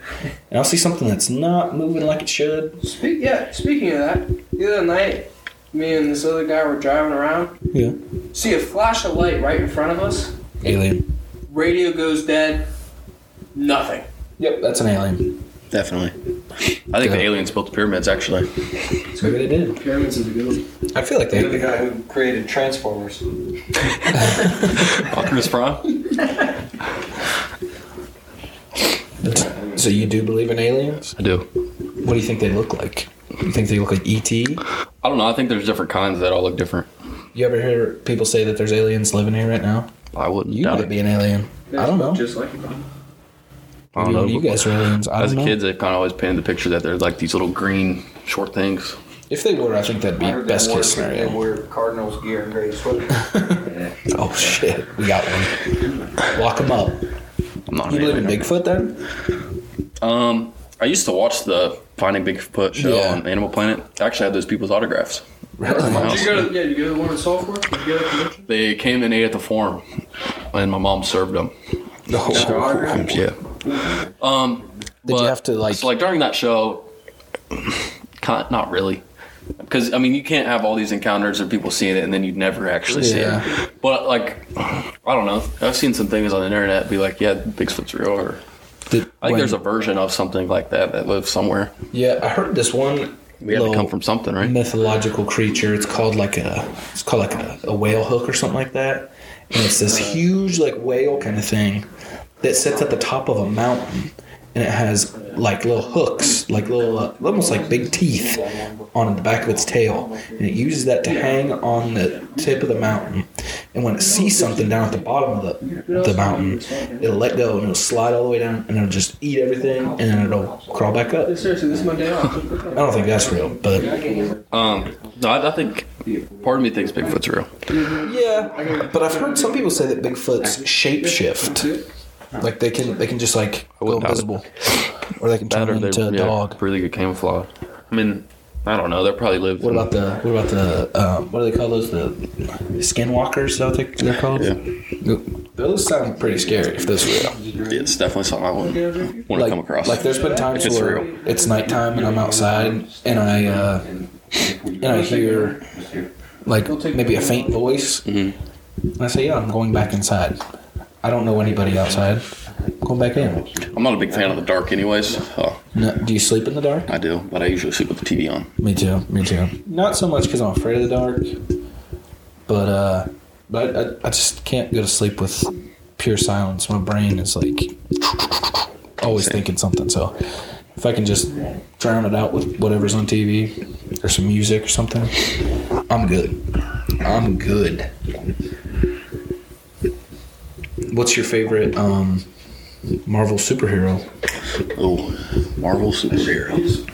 Speaker 1: and I'll see something that's not moving like it should.
Speaker 6: Speak, yeah, speaking of that, the other night, me and this other guy were driving around.
Speaker 1: Yeah,
Speaker 6: See a flash of light right in front of us.
Speaker 1: alien.
Speaker 6: Radio goes dead. Nothing.
Speaker 1: Yep, that's an alien.
Speaker 3: Definitely. I think
Speaker 1: Yeah.
Speaker 3: the aliens built the pyramids. Actually,
Speaker 1: Maybe they did.
Speaker 6: Pyramids is a good one.
Speaker 1: I feel like
Speaker 9: You're the
Speaker 1: they.
Speaker 9: guy who created Transformers.
Speaker 3: Optimus Prime.
Speaker 1: So you do believe in aliens?
Speaker 3: I do.
Speaker 1: What do you think they look like? You think they look like E ET? You
Speaker 3: I don't know. I think there's different kinds that all look different.
Speaker 1: ever hear people say that there's aliens living here right now?
Speaker 3: I wouldn't
Speaker 1: You
Speaker 3: doubt
Speaker 1: might
Speaker 3: it.
Speaker 1: be an alien. I don't know.
Speaker 6: Just like it.
Speaker 3: I don't know.
Speaker 1: You guys are aliens. I
Speaker 3: As
Speaker 1: don't know.
Speaker 3: kids, they kind of always painted the picture that they're like these little green short things.
Speaker 1: If they were, I think that'd be
Speaker 9: I heard they
Speaker 1: best
Speaker 9: wore-
Speaker 1: case
Speaker 9: They
Speaker 1: scenario.
Speaker 9: wear Cardinals gear and gray sweater.
Speaker 1: Oh shit, we got one. Lock him up.
Speaker 3: I'm not. an
Speaker 1: You believe in
Speaker 3: alien.
Speaker 1: Bigfoot then?
Speaker 3: Um, I used to watch the Finding Bigfoot show
Speaker 1: Yeah.
Speaker 3: on Animal Planet. I actually had those people's autographs. Really?
Speaker 6: Did you go to, yeah, did you go to the one in Sulphur? Did you go to the convention?
Speaker 3: They came and ate at the farm, and my mom served them. Yeah. Um,
Speaker 1: Did you have to like?
Speaker 3: so like during that show? kind- Not really, because I mean you can't have all these encounters of people seeing it and then you'd never actually see
Speaker 1: Yeah.
Speaker 3: it. But like, I don't know. I've seen some things on the internet be like, yeah, Bigfoot's real. Or
Speaker 1: did-
Speaker 3: I think
Speaker 1: when-
Speaker 3: there's a version of something like that that lives somewhere.
Speaker 1: Yeah, I heard this one.
Speaker 3: We had to
Speaker 1: little
Speaker 3: come from something, right?
Speaker 1: mythological creature. It's called like a it's called like a, a whale hook or something like that. And it's this huge like whale kind of thing that sits at the top of a mountain and it has like little hooks, like little uh, almost like big teeth on the back of its tail. And it uses that to hang on the tip of the mountain. And when it sees something down at the bottom of the, the mountain, it'll let go and it'll slide all the way down and it'll just eat everything and then it'll crawl back up.
Speaker 6: Seriously, this is my day off.
Speaker 1: I don't think that's real, but
Speaker 3: Um, no, I, I think part of me thinks Bigfoot's real.
Speaker 1: Yeah, but I've heard some people say that Bigfoot's shapeshift. Like they can, they can just like go
Speaker 3: wouldn't doubt it.
Speaker 1: invisible, or they can turn
Speaker 3: That or they
Speaker 1: into a
Speaker 3: yeah,
Speaker 1: dog.
Speaker 3: really good camouflage. I mean, I don't know. They're probably lived.
Speaker 1: What
Speaker 3: in-
Speaker 1: about the what about the um, what do they call those the skinwalkers? Is that what they're called? Yeah. Those sound pretty scary if that's real.
Speaker 3: Yeah, it's definitely something I wouldn't want to
Speaker 1: Like,
Speaker 3: come across.
Speaker 1: like there's been times
Speaker 3: it's
Speaker 1: where
Speaker 3: real.
Speaker 1: it's nighttime and I'm outside and I uh, and I hear like maybe a faint voice.
Speaker 3: Mm-hmm.
Speaker 1: And I say, "Yeah, I'm going back inside. I don't know anybody outside. Go back in."
Speaker 3: I'm not a big fan of the dark, anyways. Oh,
Speaker 1: No, do you sleep in the dark?
Speaker 3: I do, but I usually sleep with the TV on.
Speaker 1: Me too. Me too. Not so much because I'm afraid of the dark, but uh, but I, I just can't go to sleep with pure silence. My brain is like always thinking something. So if I can just drown it out with whatever's on TV or some music or something, I'm good. I'm good. What's your favorite um, Marvel superhero?
Speaker 3: Oh, Marvel superheroes.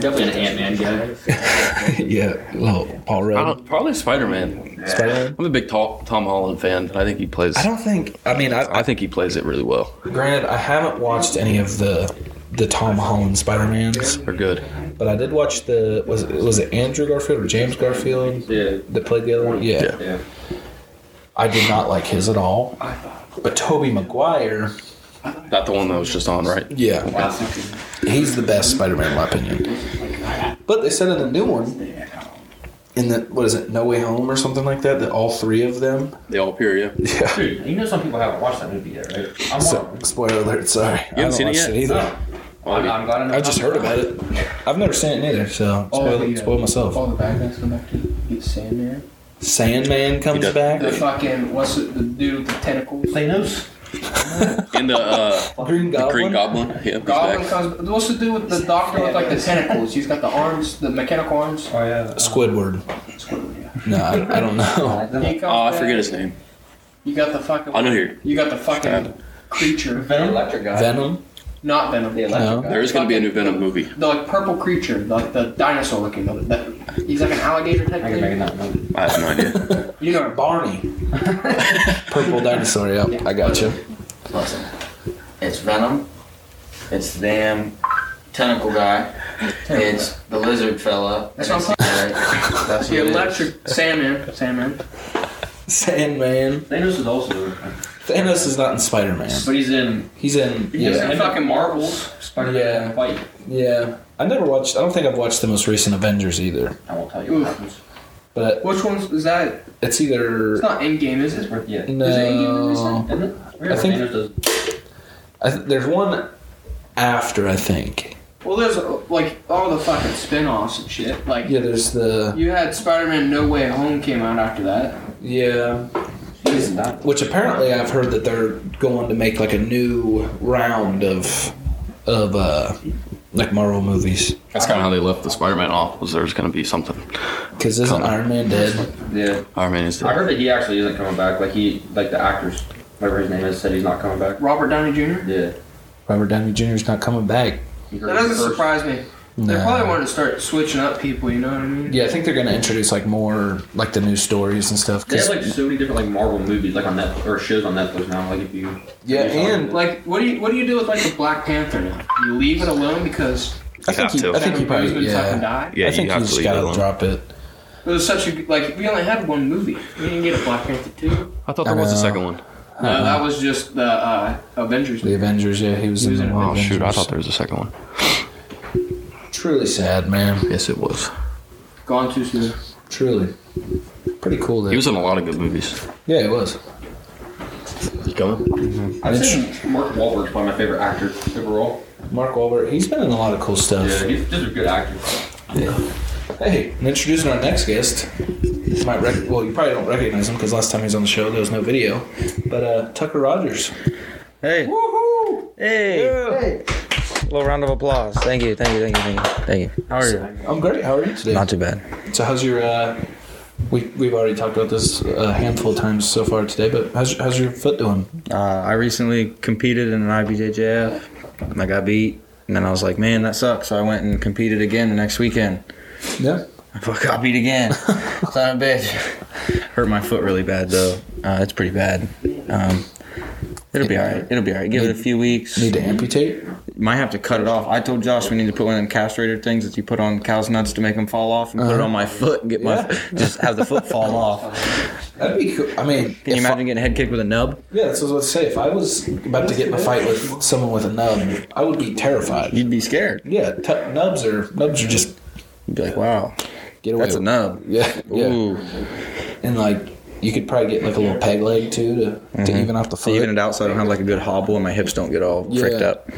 Speaker 11: Definitely an Ant Man guy.
Speaker 1: yeah, well, Paul
Speaker 3: I
Speaker 1: Rudd.
Speaker 3: don't, probably Spider-Man.
Speaker 1: Spider-Man?
Speaker 3: I'm a big Tom, Tom Holland fan, and I think he plays.
Speaker 1: I don't think. I mean, I,
Speaker 3: I think he plays it really well.
Speaker 1: granted I haven't watched any of the the Tom Holland Spider Mans,
Speaker 3: They're good.
Speaker 1: but I did watch the was it, was it Andrew Garfield or James Garfield
Speaker 11: Yeah.
Speaker 1: that played the other one? Yeah.
Speaker 3: Yeah.
Speaker 11: Yeah.
Speaker 1: I did not like his at all. But Toby Maguire,
Speaker 3: Not the one that was just on, right?
Speaker 1: yeah, he's the best Spider Man in my opinion. But they said in the new one, in the what is it, No Way Home or something like that, that all three of them,
Speaker 3: They all appear, yeah. You
Speaker 1: yeah.
Speaker 11: Dude, you know some people haven't watched that movie yet, right? I'm one.
Speaker 1: So, spoiler alert, sorry. I
Speaker 3: haven't seen it
Speaker 1: watched
Speaker 3: yet?
Speaker 1: either.
Speaker 11: I'm, I'm glad
Speaker 1: I just heard about it. I've never seen it either, so spoil,
Speaker 6: the, uh,
Speaker 1: spoil myself.
Speaker 6: All the bad guys come back to eat Sandman.
Speaker 1: Sandman comes
Speaker 3: does-
Speaker 1: back.
Speaker 6: The fucking, what's it, the dude with the tentacles?
Speaker 11: Thanos.
Speaker 3: In the uh,
Speaker 1: Green
Speaker 3: the
Speaker 1: Goblin.
Speaker 3: Green Goblin, yeah, he's
Speaker 6: Goblin
Speaker 3: back.
Speaker 6: comes. What's to do with the doctor with like the tentacles? He's got the arms, the mechanical arms.
Speaker 10: Oh yeah.
Speaker 1: Squidward. No, I, I don't know.
Speaker 6: He comes
Speaker 3: Oh, I
Speaker 6: back.
Speaker 3: forget his name.
Speaker 6: You got the fucking.
Speaker 3: I know here.
Speaker 6: You got the fucking
Speaker 3: Venom.
Speaker 6: creature,
Speaker 11: The electric guy.
Speaker 1: Venom.
Speaker 6: not Venom.
Speaker 11: The
Speaker 6: The
Speaker 11: electric
Speaker 1: No.
Speaker 11: guy.
Speaker 3: There is going to be a new Venom movie.
Speaker 6: like purple creature, like the dinosaur looking. the- the- he's like an alligator type
Speaker 10: I can make
Speaker 6: thing.
Speaker 10: it that movie.
Speaker 3: I have no idea.
Speaker 6: You know,
Speaker 1: Barney. Purple dinosaur. Yep, I got you.
Speaker 11: Listen, it's Venom. It's them. Tentacle guy. It's the lizard fella.
Speaker 6: That's
Speaker 11: and
Speaker 6: what
Speaker 11: it's- right? That's
Speaker 6: the
Speaker 11: who it is.
Speaker 6: electric Sandman. Sandman.
Speaker 1: Sandman.
Speaker 10: Thanos is also.
Speaker 1: Thanos is not in Spider Man.
Speaker 10: But he's in.
Speaker 1: He's in. Yeah.
Speaker 6: in fucking Marvels.
Speaker 10: Spider-Man
Speaker 1: Yeah.
Speaker 10: fight.
Speaker 1: Yeah. I never watched. I don't think I've watched the most recent Avengers either.
Speaker 10: I won't tell you what happens.
Speaker 1: But
Speaker 6: Which one's is that?
Speaker 1: it's either
Speaker 6: It's not Endgame, is
Speaker 10: It's
Speaker 6: it?
Speaker 10: worth yeah.
Speaker 1: no.
Speaker 10: Isn't it?
Speaker 1: I think-
Speaker 10: Thanos does.
Speaker 1: I th- there's one after I think.
Speaker 6: Well, there's uh, like all the fucking spin-offs and shit. Like
Speaker 1: Yeah. There's the
Speaker 6: you had Spider-Man: No Way Home came out after that.
Speaker 1: yeah.
Speaker 10: He's not.
Speaker 1: Which apparently I've heard that they're going to make like a new round of of uh like Marvel movies.
Speaker 3: That's kind of how they left the Spider-Man off. Was there's going to be something?
Speaker 1: Because isn't Iron Man dead?
Speaker 10: Yeah.
Speaker 3: Iron Man is
Speaker 10: I
Speaker 3: dead.
Speaker 10: heard that he actually isn't coming back. Like he, like the actors, whatever his name is, said he's not coming back.
Speaker 6: Robert Downey Jr.
Speaker 10: Yeah.
Speaker 1: Robert Downey Jr. is not coming back.
Speaker 10: He heard
Speaker 6: That
Speaker 10: it
Speaker 6: doesn't
Speaker 10: first.
Speaker 6: surprise me. They probably wanted to start switching up people. You know what I mean?
Speaker 1: Yeah, I think they're going to introduce like more like the new stories and stuff.
Speaker 10: They
Speaker 1: 'cause-
Speaker 10: have like so many different like Marvel movies, like on Netflix or shows on Netflix now. Like if you
Speaker 1: yeah, and
Speaker 6: Like, what do you what do you do with like the Black Panther now? You leave it alone because
Speaker 1: I think
Speaker 3: have
Speaker 1: he,
Speaker 3: to.
Speaker 1: I think he
Speaker 6: Brisbane
Speaker 1: probably
Speaker 6: fucking
Speaker 1: yeah.
Speaker 6: died.
Speaker 3: Yeah,
Speaker 1: I think
Speaker 3: you have
Speaker 1: he's
Speaker 3: to leave it
Speaker 1: gotta
Speaker 3: alone.
Speaker 1: drop it.
Speaker 6: It was such a like we only had one movie. We didn't get a Black Panther two.
Speaker 3: I thought
Speaker 1: I
Speaker 3: there was a
Speaker 1: know.
Speaker 3: second one.
Speaker 6: No, that was just the uh, Avengers.
Speaker 1: The Avengers, yeah, he was,
Speaker 6: He was
Speaker 1: in,
Speaker 6: in
Speaker 1: the
Speaker 6: it.
Speaker 3: Oh
Speaker 1: Avengers.
Speaker 3: shoot! I thought there was a second one.
Speaker 1: Truly sad, man.
Speaker 3: Yes, it was.
Speaker 6: Gone too soon.
Speaker 1: Truly, pretty cool. That,
Speaker 3: He was in a lot of good movies.
Speaker 1: yeah, it was.
Speaker 3: You coming?
Speaker 10: I'd say Mark Wahlberg's probably my favorite actor overall.
Speaker 1: Mark Wahlberg. He's been in a lot of cool stuff.
Speaker 10: Yeah, he's just a good actor.
Speaker 1: Hey, and introducing our next guest. You might rec- well, you probably don't recognize him because last time he was on the show there was no video. But uh, Tucker Rogers.
Speaker 12: Hey. Woohoo! Hey. A little round of applause. Thank you. Thank you. Thank you. Thank you. Thank you. How are you?
Speaker 1: I'm great. How are you today?
Speaker 12: Not too bad.
Speaker 1: So how's your? Uh, we we've already talked about this a handful of times so far today. But how's how's your foot doing?
Speaker 12: Uh, I recently competed in an IBJJF and I got beat. And then I was like, man, that sucks. So I went and competed again the next weekend.
Speaker 1: Yeah.
Speaker 12: I fuck- got beat again. Son of a bitch. Hurt my foot really bad though. Uh, it's pretty bad. Um, it'll be all right. It'll be all right. Give it a few weeks.
Speaker 1: Need to amputate?
Speaker 12: Might have to cut it off. I told Josh we need to put one of them castrator things that you put on cow's nuts to make them fall off and put it on my foot and get
Speaker 1: Uh-huh. Yeah.
Speaker 12: my just have the foot fall off.
Speaker 1: That'd be cool. I mean,
Speaker 12: Can you
Speaker 1: if I-
Speaker 12: imagine getting a head kicked with a nub?
Speaker 1: yeah, that's what I was gonna say. If I was about to get in a fight with someone with a nub, I would be terrified.
Speaker 12: You'd be scared.
Speaker 1: Yeah, t- nubs are nubs are just
Speaker 12: You'd be like, wow,
Speaker 1: get away.
Speaker 12: that's a
Speaker 1: with-
Speaker 12: nub.
Speaker 1: Yeah, yeah.
Speaker 12: Ooh,
Speaker 1: and like you could probably get like a little peg leg too to, to even off the
Speaker 12: Mm-hmm. to
Speaker 1: foot.
Speaker 12: even it out so I don't have like a good hobble and my hips don't get all fricked
Speaker 1: Yeah.
Speaker 12: up.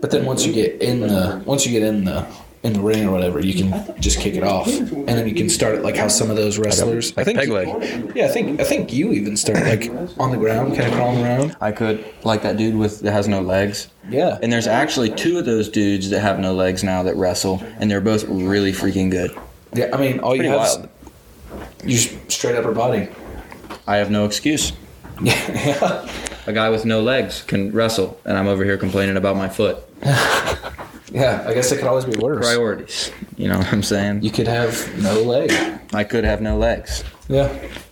Speaker 1: but then once you get in the once you get in the in the ring or whatever, you can just kick it off, and then you can start it like how some of those wrestlers.
Speaker 12: Like
Speaker 1: I think
Speaker 12: peg
Speaker 1: you-
Speaker 12: leg.
Speaker 1: Yeah, I think I think you even start like on the ground, kind of crawling around.
Speaker 12: I could like that dude with that has no legs.
Speaker 1: Yeah,
Speaker 12: And there's actually two of those dudes that have no legs now that wrestle, and they're both really freaking good.
Speaker 1: yeah. I mean, all you
Speaker 12: Pretty
Speaker 1: have
Speaker 12: wild.
Speaker 1: is your straight upper body.
Speaker 12: I have no excuse.
Speaker 1: yeah,
Speaker 12: A guy with no legs can wrestle, and I'm over here complaining about my foot.
Speaker 1: yeah. I guess it could always be worse.
Speaker 12: Priorities. You know what I'm saying?
Speaker 1: You could have no leg.
Speaker 12: I could have no legs.
Speaker 1: Yeah,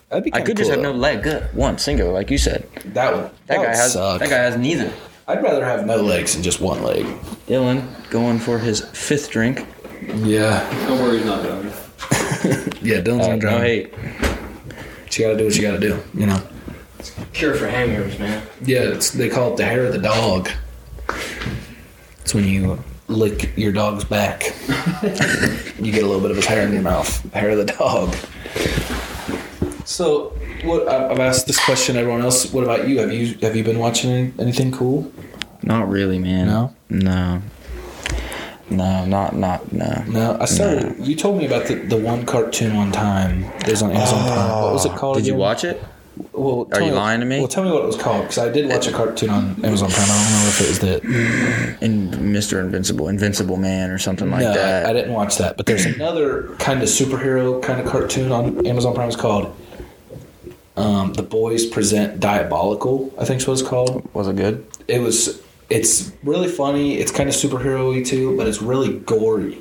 Speaker 1: that'd be.
Speaker 12: I
Speaker 1: kinda
Speaker 12: could just
Speaker 1: cool,
Speaker 12: have no
Speaker 1: though.
Speaker 12: leg. Good. One single, like you said.
Speaker 1: That would. That,
Speaker 12: That, guy
Speaker 1: would
Speaker 12: has.
Speaker 1: Suck.
Speaker 12: That guy has neither.
Speaker 1: I'd rather have no legs than just one leg.
Speaker 12: Dylan going for his fifth drink.
Speaker 1: Yeah.
Speaker 5: Don't worry, he's not driving.
Speaker 1: Yeah, Dylan's
Speaker 12: Uh,
Speaker 1: on
Speaker 12: no
Speaker 1: drunk.
Speaker 12: hate.
Speaker 1: But you gotta do what you gotta do, you know.
Speaker 6: Cure for hangovers, man.
Speaker 1: Yeah, it's, they call it the hair of the dog. It's when you lick your dog's back. you get a little bit of his hair in your mouth. Hair of the dog. So, what I- I've asked this question to everyone else. What about you? Have you have you been watching any, anything cool?
Speaker 12: Not really, man.
Speaker 1: No?
Speaker 12: No. No. Not. Not. No.
Speaker 1: No, I started. You told me about the, the one cartoon one time. There's on Amazon Prime. What was it called?
Speaker 12: Oh. Did you
Speaker 1: again?
Speaker 12: watch it?
Speaker 1: Well, tell
Speaker 12: you
Speaker 1: what-
Speaker 12: lying to me?
Speaker 1: Well, tell me what it was called because I did watch a cartoon on Amazon Prime. I don't know if it was that.
Speaker 12: In Mr. Invincible, Invincible Man, or something like
Speaker 1: no,
Speaker 12: that.
Speaker 1: I, I didn't watch that. But there's another kind of superhero kind of cartoon on Amazon Prime. It's called um, "The Boys Present Diabolical." I think is what it's called.
Speaker 12: Was it good?
Speaker 1: It was. It's really funny. It's kind of superhero-y too, but it's really gory.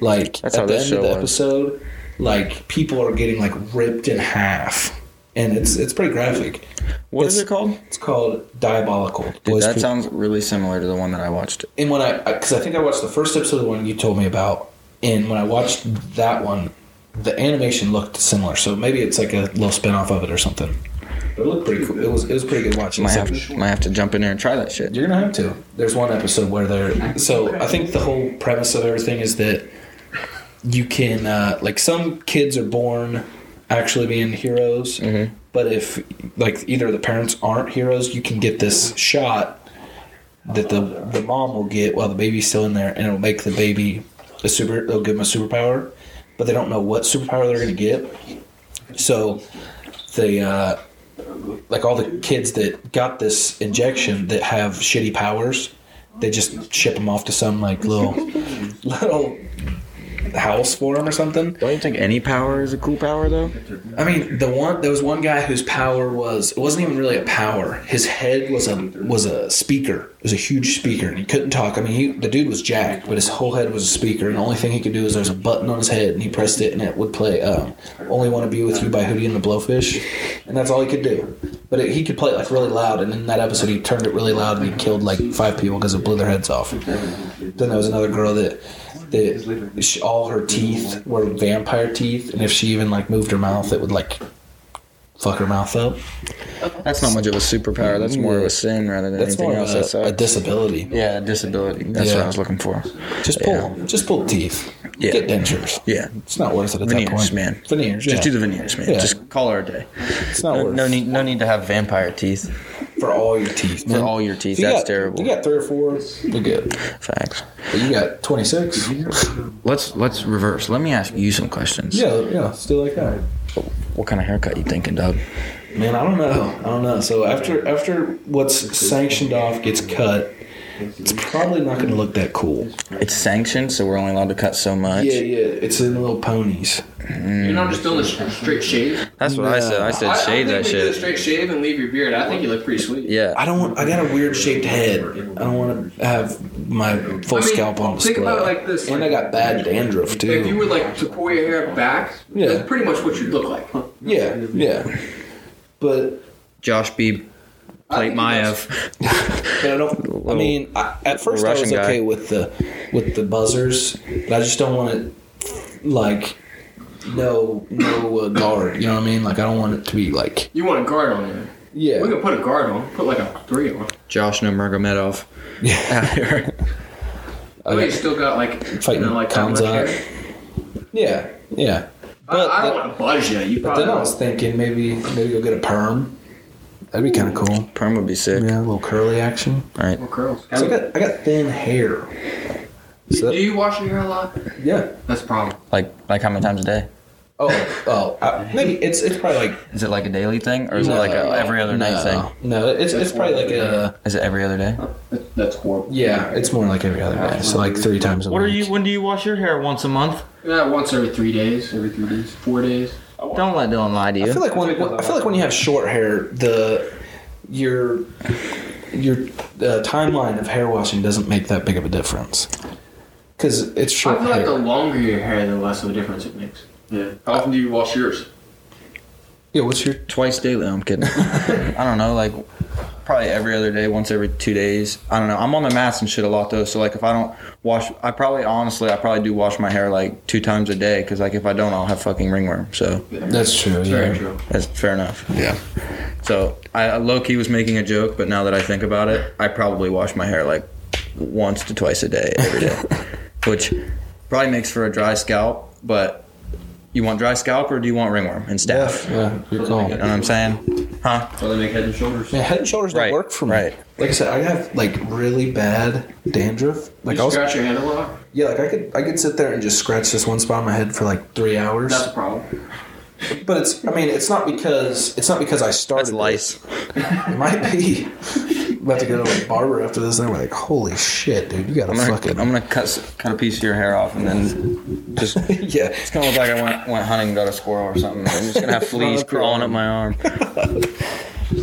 Speaker 1: Like
Speaker 12: That's how
Speaker 1: at the
Speaker 12: this
Speaker 1: end of
Speaker 12: show
Speaker 1: the
Speaker 12: was.
Speaker 1: episode, like people are getting like ripped in half, and it's it's pretty graphic.
Speaker 12: What is
Speaker 1: It's-
Speaker 12: it called?
Speaker 1: It's called Diabolical.
Speaker 12: Dude,
Speaker 1: Boys
Speaker 12: that
Speaker 1: Pre-
Speaker 12: sounds really similar to the one that I watched.
Speaker 1: and when I, because I think I watched the first episode of the one you told me about, and when I watched that one, the animation looked similar. So maybe it's like a little spin off of it or something. But it looked pretty cool. It was it was pretty good watching.
Speaker 12: Might
Speaker 1: Except
Speaker 12: have, might have to jump in there and try that shit.
Speaker 1: You're gonna have to. There's one episode where they're. So I think the whole premise of everything is that you can uh, like some kids are born actually being heroes,
Speaker 12: Mm-hmm.
Speaker 1: but if like either the parents aren't heroes, you can get this shot that the the mom will get while the baby's still in there, and it'll make the baby a super. They'll give them a superpower, but they don't know what superpower they're gonna get. So they uh, like all the kids that got this injection that have shitty powers, they just ship them off to some like little little house for him or something.
Speaker 12: Don't you think any power is a cool power though?
Speaker 1: I mean, the one there was one guy whose power was it wasn't even really a power. His head was a was a speaker. It was a huge speaker, and he couldn't talk. I mean, he, the dude was jacked, but his whole head was a speaker, and the only thing he could do is there's a button on his head, and he pressed it, and it would play um, "Only Want to Be with You" by Hootie and the Blowfish, and that's all he could do. But it, he could play it like really loud, and in that episode, he turned it really loud, and he killed like five people because it blew their heads off. Then there was another girl that that she, all her teeth were vampire teeth, and if she even like moved her mouth, it would like fuck her mouth up.
Speaker 12: That's not much of a superpower. That's more of a sin rather than
Speaker 1: That's
Speaker 12: anything
Speaker 1: more
Speaker 12: else.
Speaker 1: of
Speaker 12: That's
Speaker 1: a, a
Speaker 12: uh,
Speaker 1: disability.
Speaker 12: yeah, disability. That's what I was looking for.
Speaker 1: Just pull, just pull teeth.
Speaker 12: Yeah.
Speaker 1: Get dentures.
Speaker 12: Yeah,
Speaker 1: It's not worth it at
Speaker 12: veneers,
Speaker 1: that point,
Speaker 12: man.
Speaker 1: Veneers.
Speaker 12: Just
Speaker 1: yeah.
Speaker 12: do the veneers, man.
Speaker 1: Yeah.
Speaker 12: Just call her a day.
Speaker 1: It's not
Speaker 12: No,
Speaker 1: worth
Speaker 12: no
Speaker 1: it
Speaker 12: need, no need to have vampire teeth
Speaker 1: for all your teeth.
Speaker 12: for
Speaker 1: man.
Speaker 12: all your teeth.
Speaker 1: If you
Speaker 12: That's
Speaker 1: got-
Speaker 12: terrible.
Speaker 1: You got three or four. You're good.
Speaker 12: Facts.
Speaker 1: But you got twenty six.
Speaker 12: Let's let's reverse. Let me ask you some questions.
Speaker 1: Yeah, yeah. Still like that.
Speaker 12: What kind of haircut you thinking, Doug?
Speaker 1: Man, I don't know. I don't know. So after after what's sanctioned off gets cut, it's probably not going to look that cool.
Speaker 12: It's sanctioned, so we're only allowed to cut so much.
Speaker 1: Yeah, yeah. It's in little ponies.
Speaker 6: You're not just doing a sh- straight shave.
Speaker 12: That's what I said. I said
Speaker 6: I-
Speaker 12: shave
Speaker 6: I
Speaker 12: that
Speaker 6: think we Do a
Speaker 12: shit.
Speaker 6: straight shave and leave your beard. I think you look pretty sweet.
Speaker 12: Yeah.
Speaker 1: I don't. want- I got a weird shaped head. I don't want to have my full
Speaker 6: I mean,
Speaker 1: scalp on display.
Speaker 6: Think about it like this.
Speaker 1: and I got bad dandruff too.
Speaker 6: if you were like to pull your hair back,
Speaker 1: Yeah.
Speaker 6: that's pretty much what you'd look like.
Speaker 1: yeah, yeah. But,
Speaker 12: Josh B. Plate Mayev.
Speaker 1: but I don't. I mean, I, at first I was
Speaker 12: Russian guy.
Speaker 1: okay with the with the buzzers, but I just don't want it like no no uh, guard. You know what I mean? Like I don't want it to be like
Speaker 6: You want a guard on there.
Speaker 1: yeah.
Speaker 6: We can put a guard on. Put like a three on.
Speaker 12: Josh Nurmagomedov. Yeah.
Speaker 6: Oh, you still got like
Speaker 1: Fighting
Speaker 6: you know, like that
Speaker 1: cons
Speaker 6: much
Speaker 1: out.
Speaker 6: hair.
Speaker 1: Yeah, yeah. But,
Speaker 6: I, I
Speaker 1: that-
Speaker 6: don't want to buzz you. You
Speaker 1: but then I
Speaker 6: probably
Speaker 1: was thinking maybe maybe go get a perm. That'd be kind of cool.
Speaker 12: Perm would be sick.
Speaker 1: Yeah, a little curly action.
Speaker 12: All right.
Speaker 6: more curls.
Speaker 1: So I got I got thin hair. So
Speaker 6: Do you wash your hair a lot?
Speaker 1: yeah.
Speaker 6: That's a problem.
Speaker 12: Like like how many times a day?
Speaker 1: Oh oh, I, maybe it's it's probably like
Speaker 12: Is it like a daily thing, or is it like a
Speaker 1: No,
Speaker 12: every other night
Speaker 1: no,
Speaker 12: thing?
Speaker 1: No, it's it's probably like a
Speaker 12: Is it every other day?
Speaker 6: That- That's horrible.
Speaker 1: yeah. It's more like every other day. So like three times a week.
Speaker 12: When do you wash your hair? Once a month?
Speaker 6: Yeah, once every three days, every three days, four days.
Speaker 12: Don't let Dylan lie to
Speaker 1: I feel
Speaker 12: you.
Speaker 1: like when I feel like when you have short hair, the your your uh, timeline of hair washing doesn't make that big of a difference because it's
Speaker 6: I
Speaker 1: short
Speaker 6: feel like
Speaker 1: hair.
Speaker 6: the longer your hair, the less of a difference it makes. Yeah. How often do you wash yours?
Speaker 1: yeah, what's your
Speaker 12: Twice daily. No, I'm kidding. I don't know. Like probably every other day, once every two days. I don't know. I'm on the mats and shit a lot though. So like if I don't wash, I probably honestly I probably do wash my hair like two times a day because like if I don't, I'll have fucking ringworm. So
Speaker 1: That's true.
Speaker 6: Very
Speaker 1: Yeah.
Speaker 6: true.
Speaker 12: That's fair enough. Yeah. So I low key was making a joke, but now that I think about it, I probably wash my hair like once to twice a day every day, which probably makes for a dry scalp. But you want dry scalp or do you want ringworm and staff?
Speaker 1: Yeah, you're calm.
Speaker 12: You know what I'm saying? Huh?
Speaker 10: So they make head and shoulders.
Speaker 1: Man, head and shoulders don't
Speaker 12: Right,
Speaker 1: work for me.
Speaker 12: right.
Speaker 1: Like I said, I have like really bad dandruff. Like I
Speaker 6: You
Speaker 1: was,
Speaker 6: scratch your head a lot.
Speaker 1: yeah, like I could I could sit there and just scratch this one spot on my head for like three hours.
Speaker 6: That's a problem.
Speaker 1: But it's I mean it's not because it's not because I started.
Speaker 12: That's
Speaker 1: it.
Speaker 12: lice.
Speaker 1: It might be. I'm about to go to a barber after this, and they're like, "Holy shit, dude, you got to
Speaker 12: I'm gonna,
Speaker 1: fucking
Speaker 12: I'm gonna cut s- cut a piece of your hair off and then just. It's
Speaker 1: yeah."
Speaker 12: gonna look like I went, went hunting and got a squirrel or something. I'm just gonna have fleas crawling up my arm.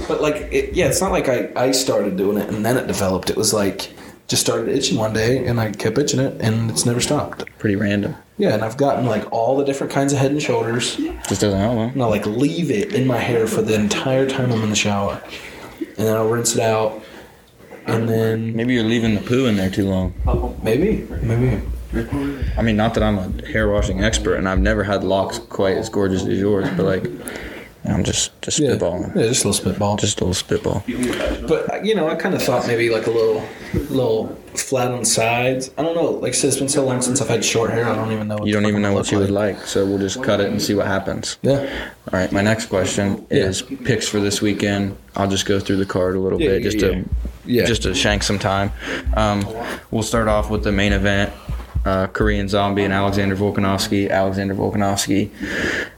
Speaker 1: But like, it, yeah, it's not like I I started doing it and then it developed. It was like just started itching one day, and I kept itching it, and it's never stopped.
Speaker 12: Pretty random.
Speaker 1: Yeah, and I've gotten like all the different kinds of head and shoulders.
Speaker 12: Just doesn't help. Huh?
Speaker 1: and I'll like leave it in my hair for the entire time I'm in the shower, and then I'll rinse it out, and then
Speaker 12: Maybe you're leaving the poo in there too long.
Speaker 1: maybe, maybe.
Speaker 12: I mean, not that I'm a hair washing expert, and I've never had locks quite as gorgeous as yours, but like, I'm just just
Speaker 1: Yeah,
Speaker 12: spitballing,
Speaker 1: yeah, just a little spitball.
Speaker 12: just a little spitball.
Speaker 1: But you know, I kind of thought maybe like a little, little flat on the sides. I don't know. Like I said, it's been so long since I've had short hair. I don't even know. What
Speaker 12: You don't
Speaker 1: the
Speaker 12: even
Speaker 1: fuck
Speaker 12: know
Speaker 1: I
Speaker 12: what
Speaker 1: look
Speaker 12: you would like, so we'll just cut it and see what happens.
Speaker 1: Yeah,
Speaker 12: All right, my next question is picks for this weekend. I'll just go through the card a little
Speaker 1: Yeah,
Speaker 12: bit,
Speaker 1: yeah,
Speaker 12: just
Speaker 1: yeah.
Speaker 12: to just to shank some time. Um, we'll start off with the main event. Uh, Korean Zombie and Alexander Volkanovsky. Alexander Volkanovsky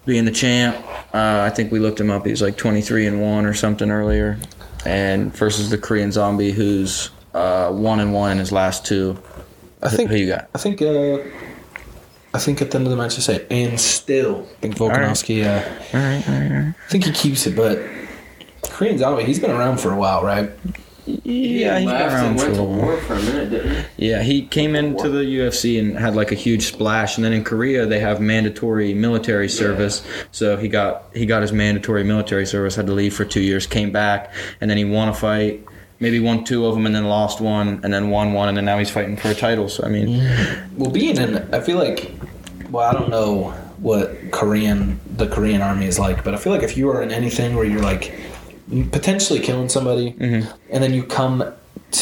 Speaker 12: being the champ. Uh, I think we looked him up. He was like 23 and 1 or something earlier. And versus the Korean Zombie, who's uh, 1 and 1 in his last two.
Speaker 1: I think
Speaker 12: Who you got?
Speaker 1: I think uh, I I think at the end of the match they say, and still. I think Volkanovski, uh,
Speaker 12: All right, all right, all right.
Speaker 1: I think he keeps it, but Korean Zombie, he's been around for a while, right?
Speaker 12: Yeah, he's been
Speaker 11: Left
Speaker 12: around
Speaker 11: and
Speaker 12: for
Speaker 11: went
Speaker 12: a
Speaker 11: to
Speaker 12: while.
Speaker 11: war for a minute, didn't he?
Speaker 12: Yeah, he came into the UFC and had like a huge splash, and then in Korea they have mandatory military service. So he got he got his mandatory military service, had to leave for two years, came back, and then he won a fight, maybe won two of them, and then lost one, and then won one, and then now he's fighting for a title. So I mean,
Speaker 1: Well, being in, I feel like, well, I don't know what Korean the Korean army is like, but I feel like if you are in anything where you're like potentially killing somebody,
Speaker 12: Mm-hmm.
Speaker 1: and then you come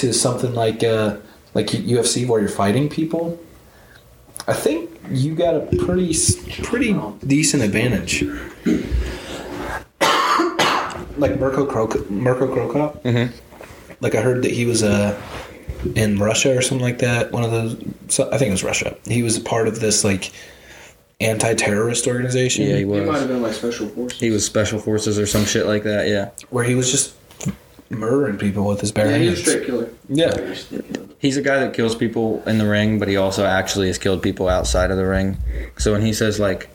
Speaker 1: to something like uh, like U- UFC where you're fighting people, I think you got a pretty s- pretty decent advantage. like Mirko Krok- Mirko Krokop,
Speaker 12: Mm-hmm.
Speaker 1: like I heard that he was a in Russia or something like that. One of those, so, I think it was Russia. He was a part of this like anti-terrorist organization.
Speaker 12: yeah, he
Speaker 6: He might
Speaker 12: was
Speaker 6: have been like special forces.
Speaker 12: he was special forces or some shit like that. Yeah,
Speaker 1: where he was just murdering people with his bare
Speaker 6: yeah, he was
Speaker 1: hands.
Speaker 6: a straight killer.
Speaker 1: yeah,
Speaker 12: he's a guy that kills people in the ring, but he also actually has killed people outside of the ring. So when he says like.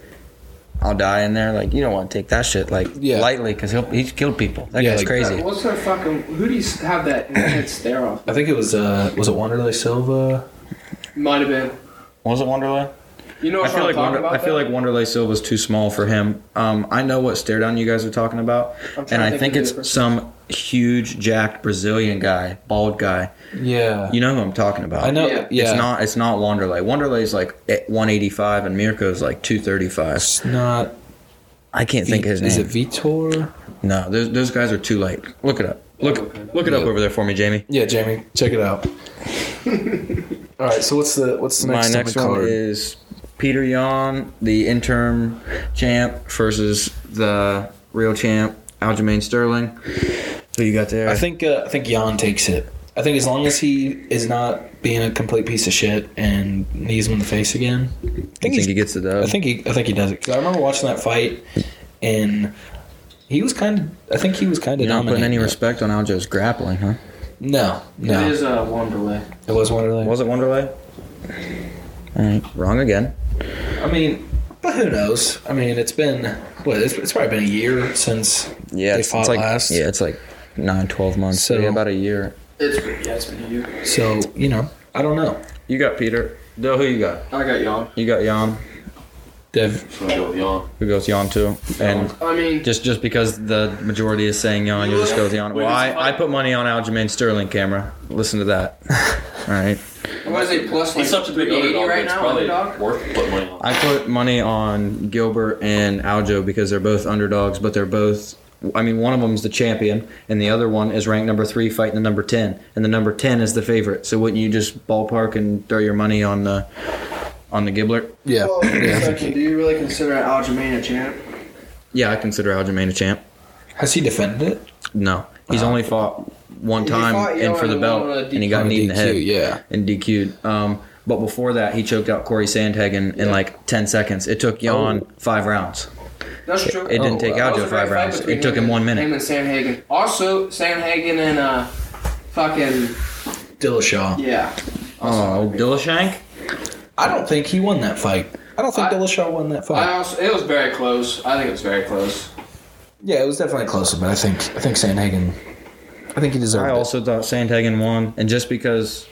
Speaker 12: I'll die in there. Like you don't want to take that shit like
Speaker 1: Yeah.
Speaker 12: lightly because he'll he's killed people. That
Speaker 1: Yeah,
Speaker 12: guy's
Speaker 1: like-
Speaker 12: crazy.
Speaker 6: What's her fucking? Who do you s- have that intense stare off?
Speaker 1: I think it was uh was it Wanderlei Silva?
Speaker 6: Might have been.
Speaker 12: Was it Wanderlei?
Speaker 6: You know
Speaker 12: I
Speaker 6: what
Speaker 12: feel
Speaker 6: I'm
Speaker 12: like
Speaker 6: talking
Speaker 12: Wander-
Speaker 6: about?
Speaker 12: I feel
Speaker 6: though?
Speaker 12: like Wanderlei Silva's too small for him. Um, I know what stare down you guys are talking about,
Speaker 6: I'm trying
Speaker 12: and
Speaker 6: to
Speaker 12: I
Speaker 6: think of
Speaker 12: think
Speaker 6: the
Speaker 12: it's
Speaker 6: other person.
Speaker 12: some huge jacked Brazilian guy, bald guy.
Speaker 1: Yeah,
Speaker 12: You know who I'm talking about.
Speaker 1: I know.
Speaker 6: Yeah.
Speaker 1: Yeah,
Speaker 12: It's not. It's not Wanderlei. Wanderlei's like at 185, and Mirko's like 235.
Speaker 1: It's not.
Speaker 12: I can't think of his name.
Speaker 1: Is it Vitor?
Speaker 12: no, those, those guys are too light. Look it up. Look look it up over there for me, Jamie.
Speaker 1: Yeah, Jamie, check it out. All right, so what's the what's the next,
Speaker 12: My next
Speaker 1: on the
Speaker 12: one
Speaker 1: card?
Speaker 12: is Peter Yan, the interim champ, versus the real champ, Aljamain Sterling. Who you got there?
Speaker 1: I think uh, I think Jan takes it. I think as long as he is not being a complete piece of shit and knees him in the face again, I
Speaker 12: You
Speaker 1: think,
Speaker 12: think
Speaker 1: he's-
Speaker 12: he gets the dub.
Speaker 1: I think he I think he does it. 'Cause I remember watching that fight and he was kind of I think he was kind of
Speaker 12: you're not putting
Speaker 1: dominating.
Speaker 12: any
Speaker 1: it.
Speaker 12: respect on Aljo's grappling, huh?
Speaker 1: No, no,
Speaker 6: It is uh, Wanderlei.
Speaker 1: it was Wonderland.
Speaker 12: Was it Wonderlei? All right, wrong again.
Speaker 1: I mean, but who knows? I mean, it's been what it's, it's probably been a year since
Speaker 12: Yeah,
Speaker 1: They
Speaker 12: it's,
Speaker 1: fought
Speaker 12: it's like
Speaker 1: last.
Speaker 12: yeah, it's like nine, twelve months. So
Speaker 1: So-
Speaker 12: yeah, about a year.
Speaker 6: It's been, yeah, it's been a year.
Speaker 1: so you know I don't know.
Speaker 12: You got Peter. No, who you got?
Speaker 6: I got y'all.
Speaker 12: You got Jan.
Speaker 1: Dev,
Speaker 3: So I go with Jan.
Speaker 12: Who goes Jan too? And
Speaker 6: I mean,
Speaker 12: just just because the majority is saying Jan, you just go with Jan.
Speaker 3: Wait,
Speaker 12: Well,
Speaker 3: it's
Speaker 12: I,
Speaker 3: funny.
Speaker 12: I put money on Aljamain Sterling camera. Listen to that. All right.
Speaker 6: what is it? Plus like
Speaker 3: He's such a big
Speaker 6: 380
Speaker 3: underdog.
Speaker 6: right
Speaker 3: it's
Speaker 6: now.
Speaker 3: probably
Speaker 6: Underdog.
Speaker 3: worth putting money on.
Speaker 12: I put money on Gilbert and Aljo because they're both underdogs, but they're both. I mean, one of them's the champion, and the other one is ranked number three, fighting the number ten, and the number ten is the favorite. So wouldn't you just ballpark and throw your money on the on the Gilbert?
Speaker 1: yeah,
Speaker 6: Well,
Speaker 1: yeah.
Speaker 6: second, do you really consider Aljamain a champ?
Speaker 12: Yeah, I consider Aljamain a champ.
Speaker 1: Has he defended it?
Speaker 12: No, he's only fought one
Speaker 6: He
Speaker 12: time
Speaker 6: fought, yeah,
Speaker 12: and for the
Speaker 6: and
Speaker 12: belt,
Speaker 6: won a
Speaker 12: and he got
Speaker 1: On
Speaker 12: kneed in the
Speaker 1: DQ,
Speaker 12: head.
Speaker 1: yeah.
Speaker 12: and DQ'd. Um, but before that, he choked out Corey Sandhagen in like ten seconds. It took Jan five rounds.
Speaker 6: That's true.
Speaker 12: It
Speaker 1: Oh,
Speaker 12: didn't take
Speaker 6: That
Speaker 12: Aljo
Speaker 6: was a great
Speaker 12: five
Speaker 6: fight
Speaker 12: rounds.
Speaker 6: between
Speaker 12: It took him
Speaker 6: and-
Speaker 12: one minute.
Speaker 6: Him and Sam Hagen. Also, Sam Hagen and uh, fucking
Speaker 1: Dillashaw.
Speaker 6: yeah.
Speaker 12: Oh, Dillashank?
Speaker 1: I don't think he won that fight. I don't think
Speaker 6: I-
Speaker 1: Dillashaw won that fight.
Speaker 6: I also, it was very close. I think it was very close.
Speaker 1: yeah, it was definitely closer, but I think I think Sandhagen. I think he deserved
Speaker 12: I
Speaker 1: it.
Speaker 12: also thought Sandhagen won, and just because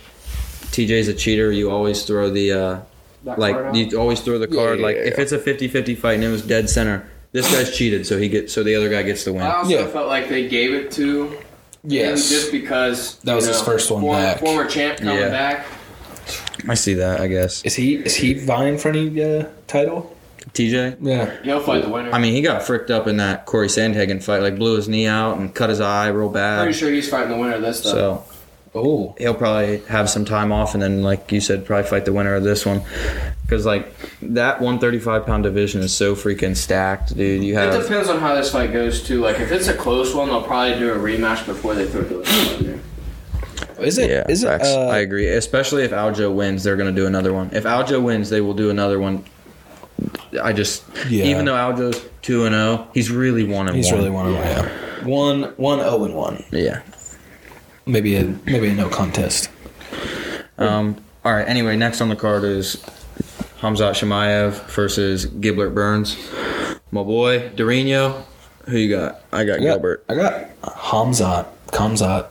Speaker 12: TJ's a cheater, you always throw the uh,
Speaker 6: That
Speaker 12: like
Speaker 6: card out.
Speaker 12: you always throw the
Speaker 1: Yeah,
Speaker 12: card.
Speaker 1: yeah,
Speaker 12: like
Speaker 1: yeah,
Speaker 12: if it's a 50-50 fight and it was dead center, this guy's cheated, so he gets so the other guy gets the win.
Speaker 6: I also
Speaker 1: Yeah.
Speaker 6: felt like they gave it to him
Speaker 1: yes,
Speaker 6: just because
Speaker 1: That
Speaker 6: you
Speaker 1: was his first one
Speaker 6: form- former,
Speaker 1: back.
Speaker 6: champ coming
Speaker 12: Yeah.
Speaker 6: back.
Speaker 12: I see that, I guess.
Speaker 1: is he is he vying for any uh, title?
Speaker 12: TJ.
Speaker 1: Yeah,
Speaker 6: He'll fight the winner.
Speaker 12: I mean, he got fricked up in that Corey Sandhagen fight, like blew his knee out and cut his eye real
Speaker 6: pretty
Speaker 12: bad.
Speaker 6: sure he's fighting the winner of this though.
Speaker 12: uh, So
Speaker 1: oh,
Speaker 12: he'll probably have some time off, and then, like you said, probably fight the winner of this one, because like that 135 pound division is so freaking stacked, dude. You
Speaker 5: uh,
Speaker 12: have
Speaker 6: it depends on how this fight goes too. Like if it's a close one, they'll probably do a rematch before they throw Dillashaw in there.
Speaker 1: is it?
Speaker 12: Yeah,
Speaker 1: is it?
Speaker 12: facts.
Speaker 1: uh,
Speaker 12: I agree. Especially if Aljo wins, they're going to do another one. If Aljo wins, they will do another one. I just,
Speaker 1: Yeah.
Speaker 12: even though Aljo's two and zero, he's really one and
Speaker 1: he's
Speaker 12: one.
Speaker 1: really one. Yeah. yeah, one one oh and one.
Speaker 12: Yeah.
Speaker 1: Maybe a maybe a no contest.
Speaker 12: Um. All right. Anyway, next on the card is Hamzat Shemaev versus Gilbert Burns. My boy, Dorino. Who you got? I got Gilbert.
Speaker 1: I got Hamzat. Kamzat.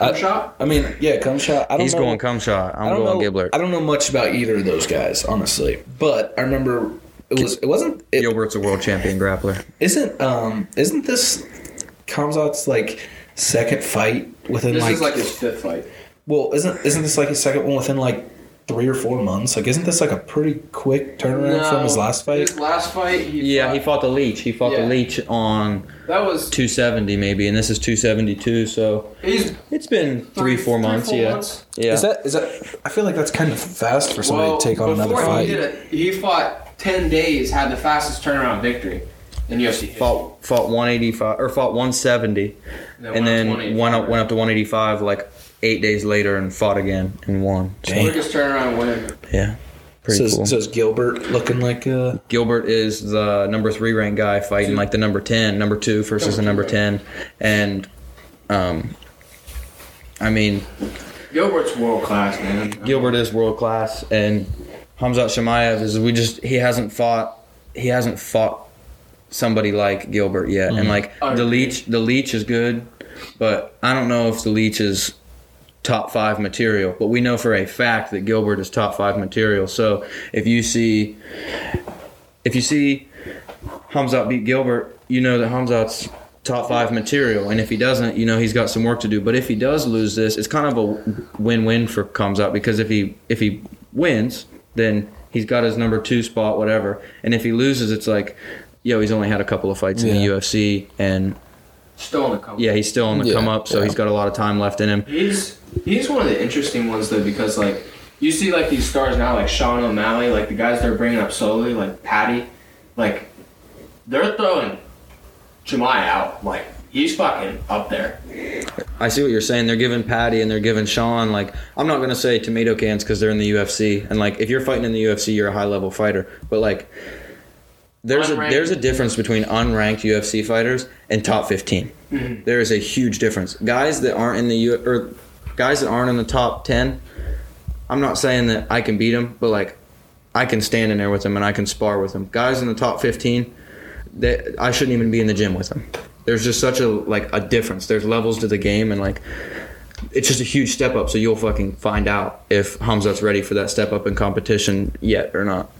Speaker 1: I, I mean, yeah, Kumshot. I don't
Speaker 12: He's
Speaker 1: know.
Speaker 12: going cum shot. I'm
Speaker 1: I don't
Speaker 12: going
Speaker 1: know,
Speaker 12: Gilbert.
Speaker 1: I don't know much about either of those guys, honestly. But I remember it was it wasn't it
Speaker 12: Gilbert's a world champion grappler.
Speaker 1: isn't um isn't this Kamzat's like second fight within
Speaker 6: This
Speaker 1: like,
Speaker 6: is like his fifth fight.
Speaker 1: well isn't isn't this like his second one within like three or four months? Like isn't this like a pretty quick turnaround from his last fight?
Speaker 6: His last fight, he
Speaker 12: Yeah,
Speaker 6: fought-
Speaker 12: he fought the leech. He fought
Speaker 6: Yeah.
Speaker 12: the leech on
Speaker 6: that was
Speaker 12: 270 maybe, and this is 272. So
Speaker 6: he's
Speaker 12: it's been three, four months. yeah, yeah.
Speaker 1: Is that is that? I feel like that's kind of fast for somebody
Speaker 6: well,
Speaker 1: to take on another
Speaker 6: before
Speaker 1: fight.
Speaker 6: he did it, he fought ten days, had the fastest turnaround victory in UFC history.
Speaker 12: fought fought 185 or fought 170, and then went up went up to 185 like eight days later and fought again and won. So,
Speaker 1: Dang.
Speaker 6: Quickest turnaround win.
Speaker 12: yeah,
Speaker 1: So,
Speaker 12: pretty
Speaker 1: is-
Speaker 12: cool.
Speaker 1: so is Gilbert looking like uh
Speaker 12: Gilbert is the number three ranked guy fighting like the number ten, number two versus the number ten, and um, I mean
Speaker 6: Gilbert's world class, man.
Speaker 12: Gilbert is world class, and Hamzat Shemaev is we just he hasn't fought he hasn't fought somebody like Gilbert yet, and like
Speaker 6: I
Speaker 12: the
Speaker 6: agree.
Speaker 12: leech the leech is good, but I don't know if the leech is top five material, but we know for a fact that Gilbert is top five material. So if you see if you see Hamzat beat Gilbert, you know that Hamzat's top five material. And if he doesn't, you know he's got some work to do. But if he does lose this, it's kind of a win-win for Hamzat because if he if he wins, then he's got his number two spot, whatever. And if he loses, it's like, yo, he's only had a couple of fights in
Speaker 1: Yeah.
Speaker 12: the UFC, and
Speaker 6: Still in the company.
Speaker 12: yeah, he's still on the
Speaker 1: Yeah,
Speaker 12: come up, so
Speaker 1: yeah.
Speaker 12: he's got a lot of time left in him.
Speaker 6: He's he's one of the interesting ones though because like you see like these stars now like Sean O'Malley like the guys they're bringing up slowly like Patty like they're throwing Jemai out like he's fucking up there.
Speaker 12: I see what you're saying. They're giving Patty and they're giving Sean like I'm not gonna say tomato cans because they're in the UFC and like if you're fighting in the UFC, you're a high level fighter. But like there's a
Speaker 6: Unranked.
Speaker 12: there's a difference between unranked UFC fighters and top 15. There is a huge difference. Guys that aren't in the U or guys that aren't in the top 10. I'm not saying that I can beat them, but like I can stand in there with them and I can spar with them. Guys in the top 15, that I shouldn't even be in the gym with them. There's just such a like a difference. There's levels to the game, and like it's just a huge step up. So you'll fucking find out if Hamzat's ready for that step up in competition yet or not.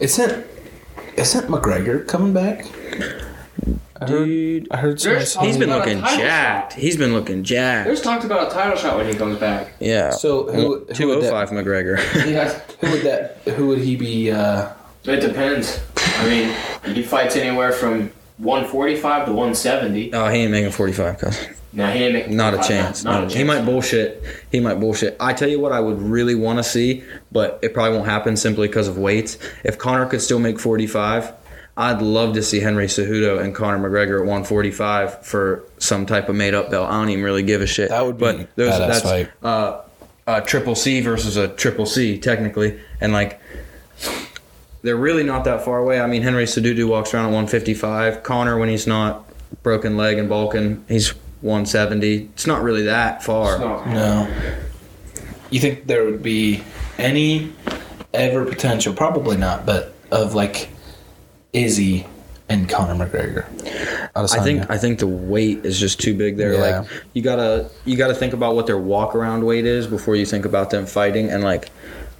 Speaker 1: Isn't isn't McGregor coming back? I heard,
Speaker 12: Dude,
Speaker 1: I heard
Speaker 6: There's
Speaker 1: someone
Speaker 12: he's
Speaker 1: say-
Speaker 12: been
Speaker 6: Not Oh, a
Speaker 12: looking
Speaker 6: title
Speaker 12: jacked. He's been looking
Speaker 6: There's
Speaker 12: jacked.
Speaker 6: talked about a title shot when he comes back.
Speaker 12: Yeah.
Speaker 1: So who- who
Speaker 12: two
Speaker 1: would
Speaker 12: oh
Speaker 1: that-
Speaker 12: five McGregor?
Speaker 1: who would that? Who would he be? Uh,
Speaker 6: It depends. I mean he fights anywhere from 145 to 170.
Speaker 12: oh, he ain't making forty five. Cause
Speaker 6: Now he ain't making
Speaker 12: not a
Speaker 6: 45,
Speaker 12: chance.
Speaker 6: Not,
Speaker 12: No.
Speaker 6: a chance.
Speaker 12: He might bullshit. He might bullshit. I tell you what, I would really want to see, but it probably won't happen simply because of weights. If Connor could still make 45, I'd love to see Henry Cejudo and Conor McGregor at 145 for some type of made up belt. I don't even really give a shit.
Speaker 1: That would be
Speaker 12: but those-
Speaker 1: badass
Speaker 12: that's
Speaker 1: fight.
Speaker 12: uh, a triple C versus a triple C technically, and like they're really not that far away. I mean, Henry Cejudo walks around at 155. Connor, when he's not broken leg and balking, he's 170. It's not really that far.
Speaker 1: no. You think there would be any ever potential? Probably not. But of like Izzy and Conor McGregor.
Speaker 12: I think I think the weight is just too big there.
Speaker 1: Yeah.
Speaker 12: Like you gotta you gotta think about what their walk around weight is before you think about them fighting. And like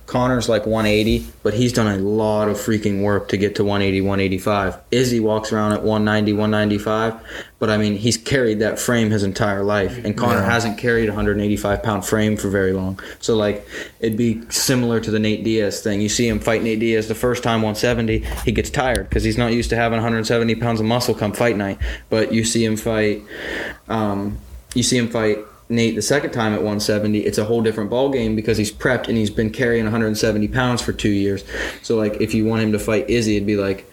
Speaker 12: Connor's like 180, but he's done a lot of freaking work to get to 180, 185. Izzy walks around at 190, 195, but I mean he's carried that frame his entire life, and Connor hasn't carried a 185 pound frame for very long. So like it'd be similar to the Nate Diaz thing. You see him fight Nate Diaz the first time 170, he gets tired because he's not used to having 170 pounds of muscle come fight night. But you see him fight, um, you see him fight Nate the second time at 170. It's a whole different ball game because he's prepped and he's been carrying 170 pounds for two years. So like if you want him to fight Izzy, it'd be like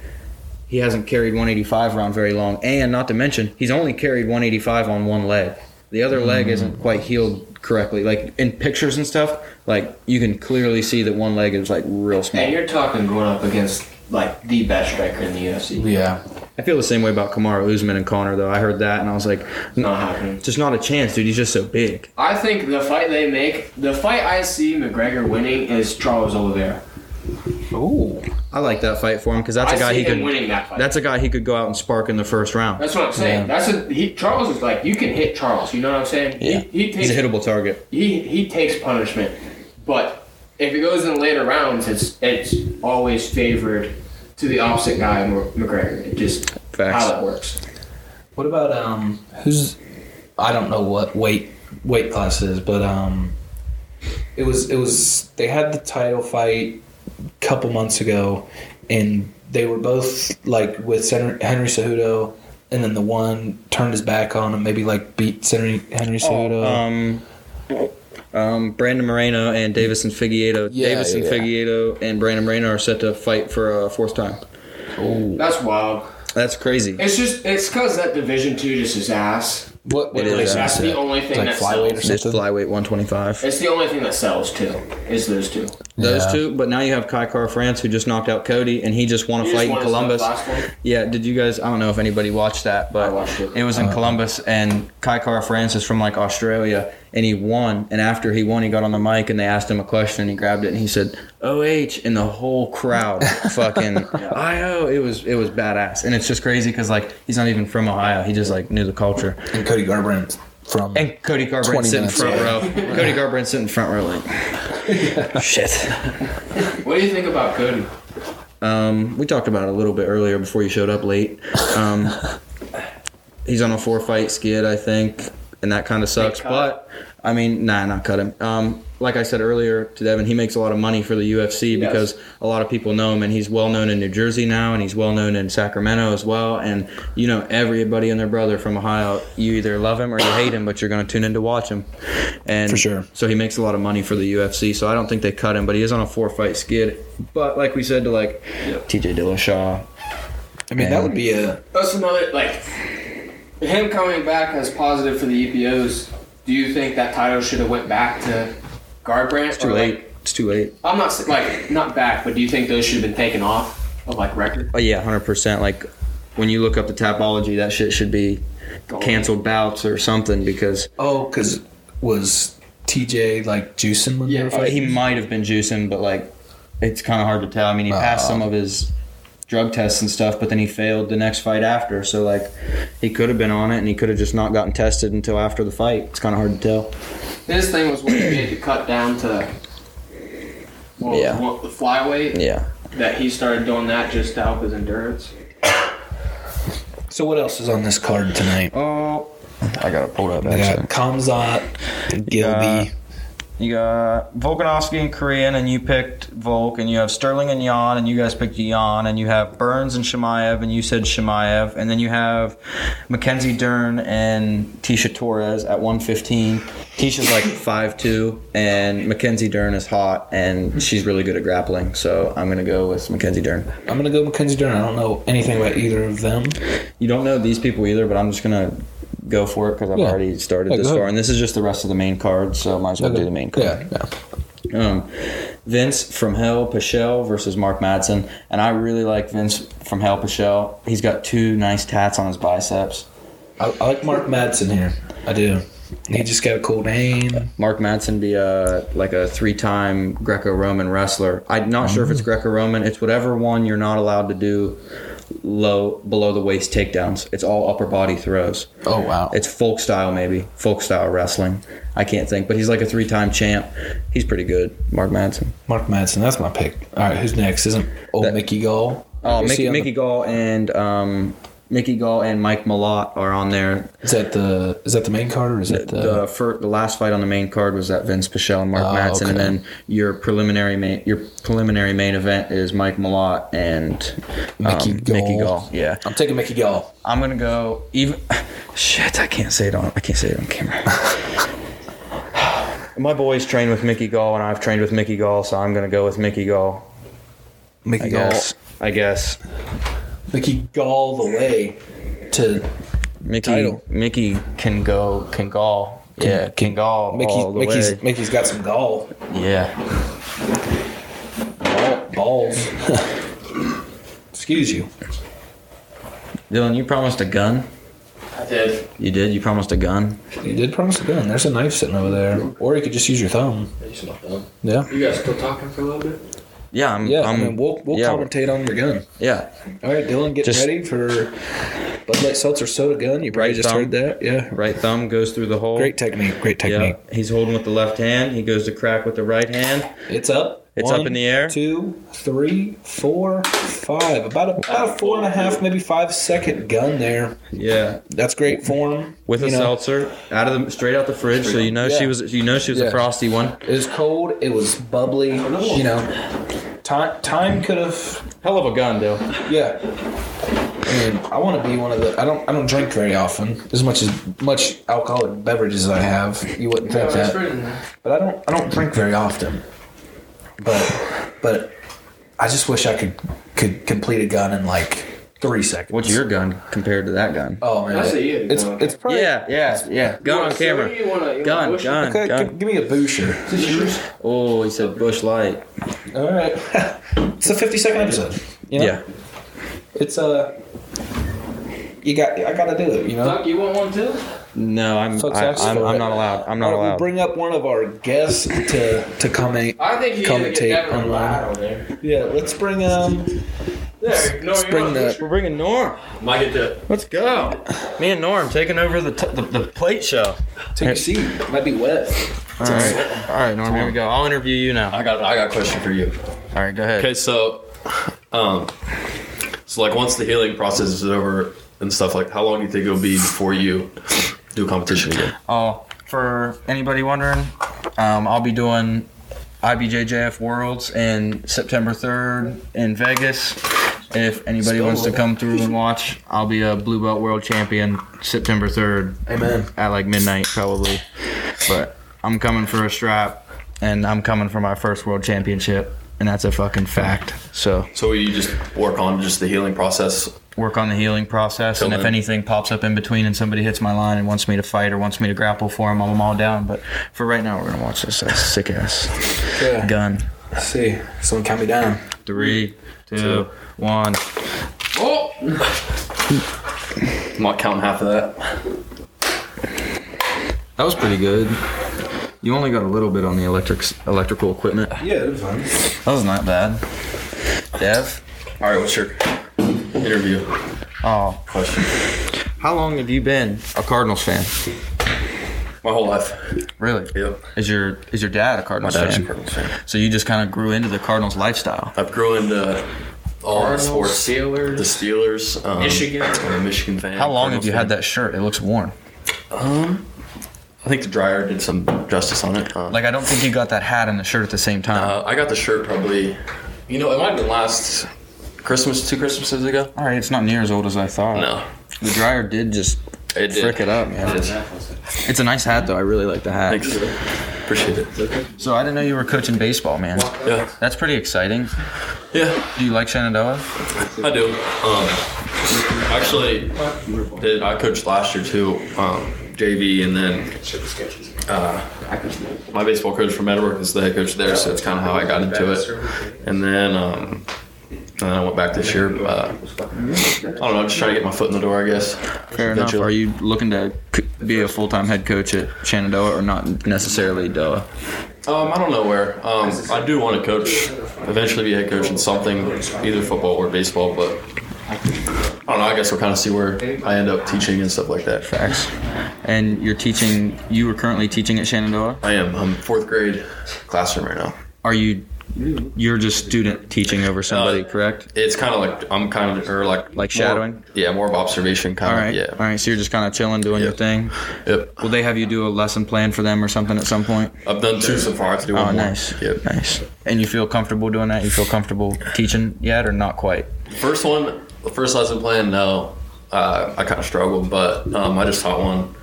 Speaker 12: he hasn't carried 185 around very long, and not to mention he's only carried 185 on one leg. The other leg isn't quite healed correctly. Like in pictures and stuff, like you can clearly see that one leg is like real
Speaker 6: And
Speaker 12: small.
Speaker 6: you're talking going up against like the best striker in the UFC.
Speaker 1: Yeah.
Speaker 12: I feel the same way about Kamara Usman and Connor though. I heard that and I was like,
Speaker 6: Not happening.
Speaker 12: just not a chance, dude. He's just so big.
Speaker 6: I think the fight they make, the fight I see McGregor winning is Charles Oliveira.
Speaker 1: Ooh.
Speaker 5: I like that fight for him because that's a
Speaker 6: I
Speaker 5: guy
Speaker 6: see
Speaker 5: he
Speaker 6: him
Speaker 5: could.
Speaker 6: winning that fight.
Speaker 5: That's a guy he could go out and spark in the first round.
Speaker 6: That's what I'm saying. That's a, he, Charles is like you can hit Charles. You know what I'm saying?
Speaker 5: Yeah.
Speaker 6: He, he
Speaker 5: He's
Speaker 6: takes
Speaker 5: a hittable target.
Speaker 6: he he takes punishment, but if it goes in later rounds, it's it's always favored to the opposite guy, Mc- McGregor. It just how
Speaker 5: Facts.
Speaker 6: that works.
Speaker 1: What about um? Who's? I don't know what weight weight class is, but um, it was it was they had the title fight a couple months ago, and they were both like with Sen- Henry Cejudo, and then the one turned his back on him, maybe like beat Henry Henry Cejudo.
Speaker 5: Um, um, Brandon Moreno and Davison Figueredo.
Speaker 1: Yeah,
Speaker 5: Davison
Speaker 1: yeah.
Speaker 5: Figueredo and Brandon Moreno are set to fight for a fourth time.
Speaker 6: That's wild.
Speaker 5: That's crazy.
Speaker 6: It's just it's because that division two just is ass.
Speaker 1: what what
Speaker 5: it is, uh,
Speaker 1: relation
Speaker 6: That's
Speaker 1: is
Speaker 6: the
Speaker 1: that?
Speaker 6: only thing
Speaker 1: Like
Speaker 6: that
Speaker 1: flyweight or
Speaker 6: sells.
Speaker 5: It's flyweight 125.
Speaker 6: It's the only thing that sells too. Is those two.
Speaker 5: Those
Speaker 1: Yeah.
Speaker 5: two, but now you have Kai Car France who just knocked out Cody, and he just won a
Speaker 6: He just
Speaker 5: fight in
Speaker 6: won his
Speaker 5: Columbus.
Speaker 6: last one.
Speaker 5: Yeah, did you guys? I don't know if anybody watched that, but
Speaker 6: I watched it.
Speaker 5: was in Columbus, and Kai Car France is from like Australia, and he won. And after he won, he got on the mic, and they asked him a question, and he grabbed it, and he said "OH," and the whole crowd fucking "I O." It was it was badass, and it's just crazy because like he's not even from Ohio, he just like knew the culture.
Speaker 1: And Cody Garbrandt from
Speaker 5: And Cody Garbrandt
Speaker 1: 20
Speaker 5: sitting
Speaker 1: minutes,
Speaker 5: front
Speaker 1: yeah.
Speaker 5: row. Cody Garbrandt sitting front row like shit.
Speaker 6: What do you think about Cody?
Speaker 5: Um, we talked about it a little bit earlier before you showed up late. Um, he's on a four fight skid, I think, and that kind of sucks.
Speaker 6: cut.
Speaker 5: But I mean, nah, not cut him. Um, like I said earlier to Devin, he makes a lot of money for the UFC
Speaker 6: Yes.
Speaker 5: because a lot of people know him, and he's well known in New Jersey now, and he's well known in Sacramento as well. And you know everybody and their brother from Ohio. You either love him or you hate him, but you're going to tune in to watch him. And
Speaker 1: For sure.
Speaker 5: so he makes a lot of money for the UFC. So I don't think they cut him, but he is on a four fight skid. But like we said to like TJ Dillashaw,
Speaker 1: I mean that would be a
Speaker 6: That's another like him coming back as positive for the EPOs. Do you think that title should have went back to Garbrandt? It's
Speaker 5: too late. It's too late.
Speaker 6: I'm not s- like not back, but do you think those should have been taken off of like record?
Speaker 5: Oh yeah, hundred percent. Like when you look up the Tapology, that shit should be canceled bouts or something because
Speaker 1: oh because was TJ like juicing when they were
Speaker 5: uh,
Speaker 1: fighting?
Speaker 5: he might have been juicing, but like it's kind of hard to tell. I mean, he passed some of his drug tests and stuff, but then he failed the next fight after. So like he could have been on it, and he could have just not gotten tested until after the fight. It's kind of hard to tell.
Speaker 6: His thing was when he made the cut down to well,
Speaker 5: Yeah.
Speaker 6: what, the flyweight
Speaker 5: Yeah.
Speaker 6: that he started doing that just to help his endurance.
Speaker 1: So what else is on this card tonight?
Speaker 5: Oh, I got it pulled up.
Speaker 1: I got Kamzat, Gilby.
Speaker 5: You got Volkanovski and Korean, and you picked Volk, and you have Sterling and Yan, and you guys picked Yan, and you have Burns and Shemaev, and you said Shemaev, and then you have Mackenzie Dern and Tisha Torres at 115. Tisha's like 5'2, and Mackenzie Dern is hot, and she's really good at grappling, so I'm going to go with Mackenzie Dern.
Speaker 1: I'm gonna go Mackenzie Dern. I don't know anything about either of them.
Speaker 5: You don't know these people either, but I'm just going to go for it because I've
Speaker 1: Yeah.
Speaker 5: already started
Speaker 1: Yeah,
Speaker 5: this
Speaker 1: go ahead.
Speaker 5: far, and this is just the rest of the main card, so might as well do the main card.
Speaker 1: Yeah, yeah.
Speaker 5: Um, Vince from Hell Pichel versus Mark Madsen, and I really like Vince from Hell Pichel. He's got two nice tats on his biceps.
Speaker 1: I, I like Mark Madsen here. I do. He just got a cool name.
Speaker 5: Mark Madsen be a like a three-time Greco-Roman wrestler. I'm not sure if it's Greco-Roman. It's whatever one you're not allowed to do low below the waist takedowns. It's all upper body throws.
Speaker 1: Oh wow.
Speaker 5: It's folk style maybe folk style wrestling. I can't think, but he's like a three-time champ. He's pretty good, Mark Madsen.
Speaker 1: Mark Madsen. That's my pick. All right, who's next? Isn't old
Speaker 5: That-
Speaker 1: Mickey Gall?
Speaker 5: Oh,
Speaker 1: Is he
Speaker 5: Mickey,
Speaker 1: on the-
Speaker 5: Mickey Gall and um, Mickey Gall and Mike Malott are on there.
Speaker 1: is that the is that the main card or is that the,
Speaker 5: The fir- the last fight on the main card was that Vince Pichel and Mark
Speaker 1: Oh,
Speaker 5: Matson, and
Speaker 1: okay.
Speaker 5: then your preliminary main your preliminary main event is Mike Malott and um,
Speaker 1: Mickey
Speaker 5: Mickey
Speaker 1: Gall.
Speaker 5: Gall. Yeah,
Speaker 1: I'm taking Mickey Gall.
Speaker 5: I'm gonna go even. Shit, I can't say it on. I can't say it on camera. My boys train with Mickey Gall, and I've trained with Mickey Gall, so I'm gonna go with Mickey Gall.
Speaker 1: Mickey
Speaker 5: I
Speaker 1: Gall.
Speaker 5: guess. I guess.
Speaker 1: Mickey Gall the way to
Speaker 5: Mickey
Speaker 1: Title.
Speaker 5: Mickey can go can gall. Yeah, can gall
Speaker 1: Mickey.
Speaker 5: all the
Speaker 1: Mickey's
Speaker 5: way.
Speaker 1: Mickey's got some gall.
Speaker 5: Yeah.
Speaker 1: Ball, balls. Excuse you.
Speaker 5: Dylan, you promised a gun.
Speaker 6: I did.
Speaker 5: You did. You promised a gun.
Speaker 1: You did promise a gun. There's a knife sitting over there, or you could just use your thumb.
Speaker 6: You
Speaker 1: Yeah.
Speaker 6: guys still talking for a little bit?
Speaker 12: Yeah, I'm.
Speaker 1: Yeah,
Speaker 12: I'm,
Speaker 1: I mean, we'll, we'll
Speaker 12: Um, yeah,
Speaker 1: commentate on your gun.
Speaker 12: Yeah,
Speaker 1: All right, Dylan, get
Speaker 12: Just-
Speaker 1: ready for Bud Light Seltzer Soda Gun. You probably
Speaker 12: Right
Speaker 1: just
Speaker 12: thumb.
Speaker 1: heard that. Yeah.
Speaker 12: right thumb goes through the hole.
Speaker 1: Great technique. Great technique.
Speaker 12: Yeah, he's holding with the left hand. He goes to crack with the right hand.
Speaker 1: It's up.
Speaker 12: It's up in the air.
Speaker 1: Two, three, four, five. About a, about a four and a half, maybe five second gun there.
Speaker 12: Yeah,
Speaker 1: That's great form.
Speaker 12: with a
Speaker 1: you know.
Speaker 12: seltzer out of the straight out the fridge. So you know
Speaker 1: Yeah.
Speaker 12: she was you know she was
Speaker 1: Yeah.
Speaker 12: a frosty one.
Speaker 1: It was cold. It was bubbly. You know, time time could have.
Speaker 8: Hell of a gun, though.
Speaker 1: Yeah. I mean, I want to be one of the. I don't. I don't drink very often. As much as much alcoholic beverages I have, you wouldn't think that. but I don't I don't drink very often. But but I just wish I could could complete a gun in like three seconds.
Speaker 12: What's your gun compared to that gun?
Speaker 1: Oh man,
Speaker 6: That's a you,
Speaker 1: it's
Speaker 6: bro.
Speaker 1: it's probably
Speaker 12: Yeah, yeah, yeah. Gun on camera.
Speaker 6: You wanna, you wanna
Speaker 12: Gun,
Speaker 6: push it?
Speaker 12: gun,
Speaker 1: Okay,
Speaker 12: gun.
Speaker 1: gi- give me a Boucher.
Speaker 12: Oh, he said Bush Light.
Speaker 1: All right, it's a fifty second episode. You know?
Speaker 12: Yeah.
Speaker 1: it's uh, you got I got to do it. You know,
Speaker 6: Doc, you want one too?
Speaker 12: No, I'm
Speaker 1: Folks,
Speaker 12: I,
Speaker 1: that's
Speaker 12: I'm,
Speaker 1: all right.
Speaker 12: I'm not allowed. I'm
Speaker 1: Why
Speaker 12: not
Speaker 1: don't we
Speaker 12: allowed.
Speaker 1: bring up one of our guests to to comment?
Speaker 6: I think you
Speaker 1: Come
Speaker 6: need to
Speaker 1: and
Speaker 6: get
Speaker 1: take
Speaker 6: Devin
Speaker 1: on
Speaker 6: on
Speaker 1: mine.
Speaker 6: on there.
Speaker 1: Yeah, let's bring um,
Speaker 6: There, no,
Speaker 1: let's
Speaker 6: you
Speaker 1: bring
Speaker 6: want
Speaker 1: the
Speaker 12: We're bringing Norm.
Speaker 8: Might get to
Speaker 12: Let's go. Me and Norm taking over the t- the, the plate show.
Speaker 1: take a seat. Might be wet.
Speaker 12: All right, all right, Norm. Here we go. I'll interview you now.
Speaker 3: I got I got a question for you.
Speaker 12: All right, go ahead.
Speaker 3: Okay, so, um, so like once the healing process is over and stuff, like how long do you think it'll be before you do a competition again?
Speaker 12: Oh, for anybody wondering, um, I'll be doing IBJJF Worlds in September 3rd in Vegas. If anybody wants to come through and watch, I'll be a blue belt world champion September 3rd. Amen. At like midnight, probably. But I'm coming for a strap, and I'm coming for my first world championship, and that's a fucking fact. So
Speaker 3: So you just work on just the healing process.
Speaker 12: work on the healing process, and if
Speaker 3: then.
Speaker 12: anything pops up in between and somebody hits my line and wants me to fight or wants me to grapple for him, I'm all down. But for right now, we're gonna watch this sick ass
Speaker 1: Yeah.
Speaker 12: gun.
Speaker 1: Let's see, someone count me down.
Speaker 12: Three, two, one.
Speaker 3: I'm not counting Oh! half of that.
Speaker 12: That was pretty good. You only got a little bit on the electric electrical equipment.
Speaker 1: Yeah, it was fun.
Speaker 12: That was not bad. Dev,
Speaker 3: All right, what's your interview
Speaker 12: oh,
Speaker 3: question?
Speaker 12: how long have you been a Cardinals fan?
Speaker 3: My whole life.
Speaker 12: Really?
Speaker 3: Yep.
Speaker 12: Is your is your dad a
Speaker 3: My
Speaker 12: Cardinals
Speaker 3: dad's a
Speaker 12: fan?
Speaker 3: Cardinals fan.
Speaker 12: So you just kind of grew into the Cardinals lifestyle.
Speaker 3: I've grown into all the
Speaker 6: Cardinals,
Speaker 3: sports. The
Speaker 6: Steelers.
Speaker 3: Steelers, um,
Speaker 6: Michigan.
Speaker 3: I'm a Michigan fan.
Speaker 12: How long have
Speaker 3: Cardinals
Speaker 12: you
Speaker 3: fan.
Speaker 12: had that shirt? It looks worn.
Speaker 3: I think the dryer did some justice on it. Uh,
Speaker 12: Like I don't think you got that hat and the shirt at the same time.
Speaker 3: uh, I got the shirt probably, you know, it might have been last Christmas, two Christmases ago.
Speaker 12: All right, it's not near as old as I thought.
Speaker 3: No,
Speaker 12: The dryer did just
Speaker 3: it did.
Speaker 12: frick it up, man. It's a nice hat, though. I really like the hat.
Speaker 3: Thanks. Appreciate it.
Speaker 12: So I didn't know you were coaching baseball, man.
Speaker 3: Yeah,
Speaker 12: That's pretty exciting.
Speaker 3: yeah,
Speaker 12: Do you like Shenandoah?
Speaker 3: I do. Um, actually, did I coached last year too, um, JV, and then uh, my baseball coach from Edward is the head coach there, so that's kind of how I got into it. And then, um, and then I went back this year. Uh, I don't know, just trying to get my foot in the door, I guess.
Speaker 12: Fair enough.
Speaker 3: Eventually.
Speaker 12: Are you looking to c- be a full-time head coach at Shenandoah, or not necessarily Doa?
Speaker 3: Um, I don't know where. Um, I do want to coach, eventually be a head coach in something, either football or baseball, but I don't know. I guess we'll kind of see where I end up teaching and stuff like that.
Speaker 12: Facts. And you're teaching. You were currently teaching at Shenandoah.
Speaker 3: I am. I'm fourth grade classroom right now.
Speaker 12: Are you? You're just student teaching over somebody,
Speaker 3: Uh,
Speaker 12: correct?
Speaker 3: It's kind of like I'm kind of or like
Speaker 12: Like
Speaker 3: more-
Speaker 12: shadowing?
Speaker 3: yeah, more of observation kind
Speaker 12: All
Speaker 3: of.
Speaker 12: right. All
Speaker 3: Yeah.
Speaker 12: right. So you're just kind of chilling, doing your
Speaker 3: Yeah.
Speaker 12: thing.
Speaker 3: Yep.
Speaker 12: Will they have you do a lesson plan for them or something at some point?
Speaker 3: I've done two so far. I have to do
Speaker 12: Oh,
Speaker 3: one more.
Speaker 12: nice.
Speaker 3: Yep.
Speaker 12: Nice. And you feel comfortable doing that? You feel comfortable teaching yet, or not quite?
Speaker 3: First one, the first lesson plan, no. Uh, I kind of struggled, but um, I just taught one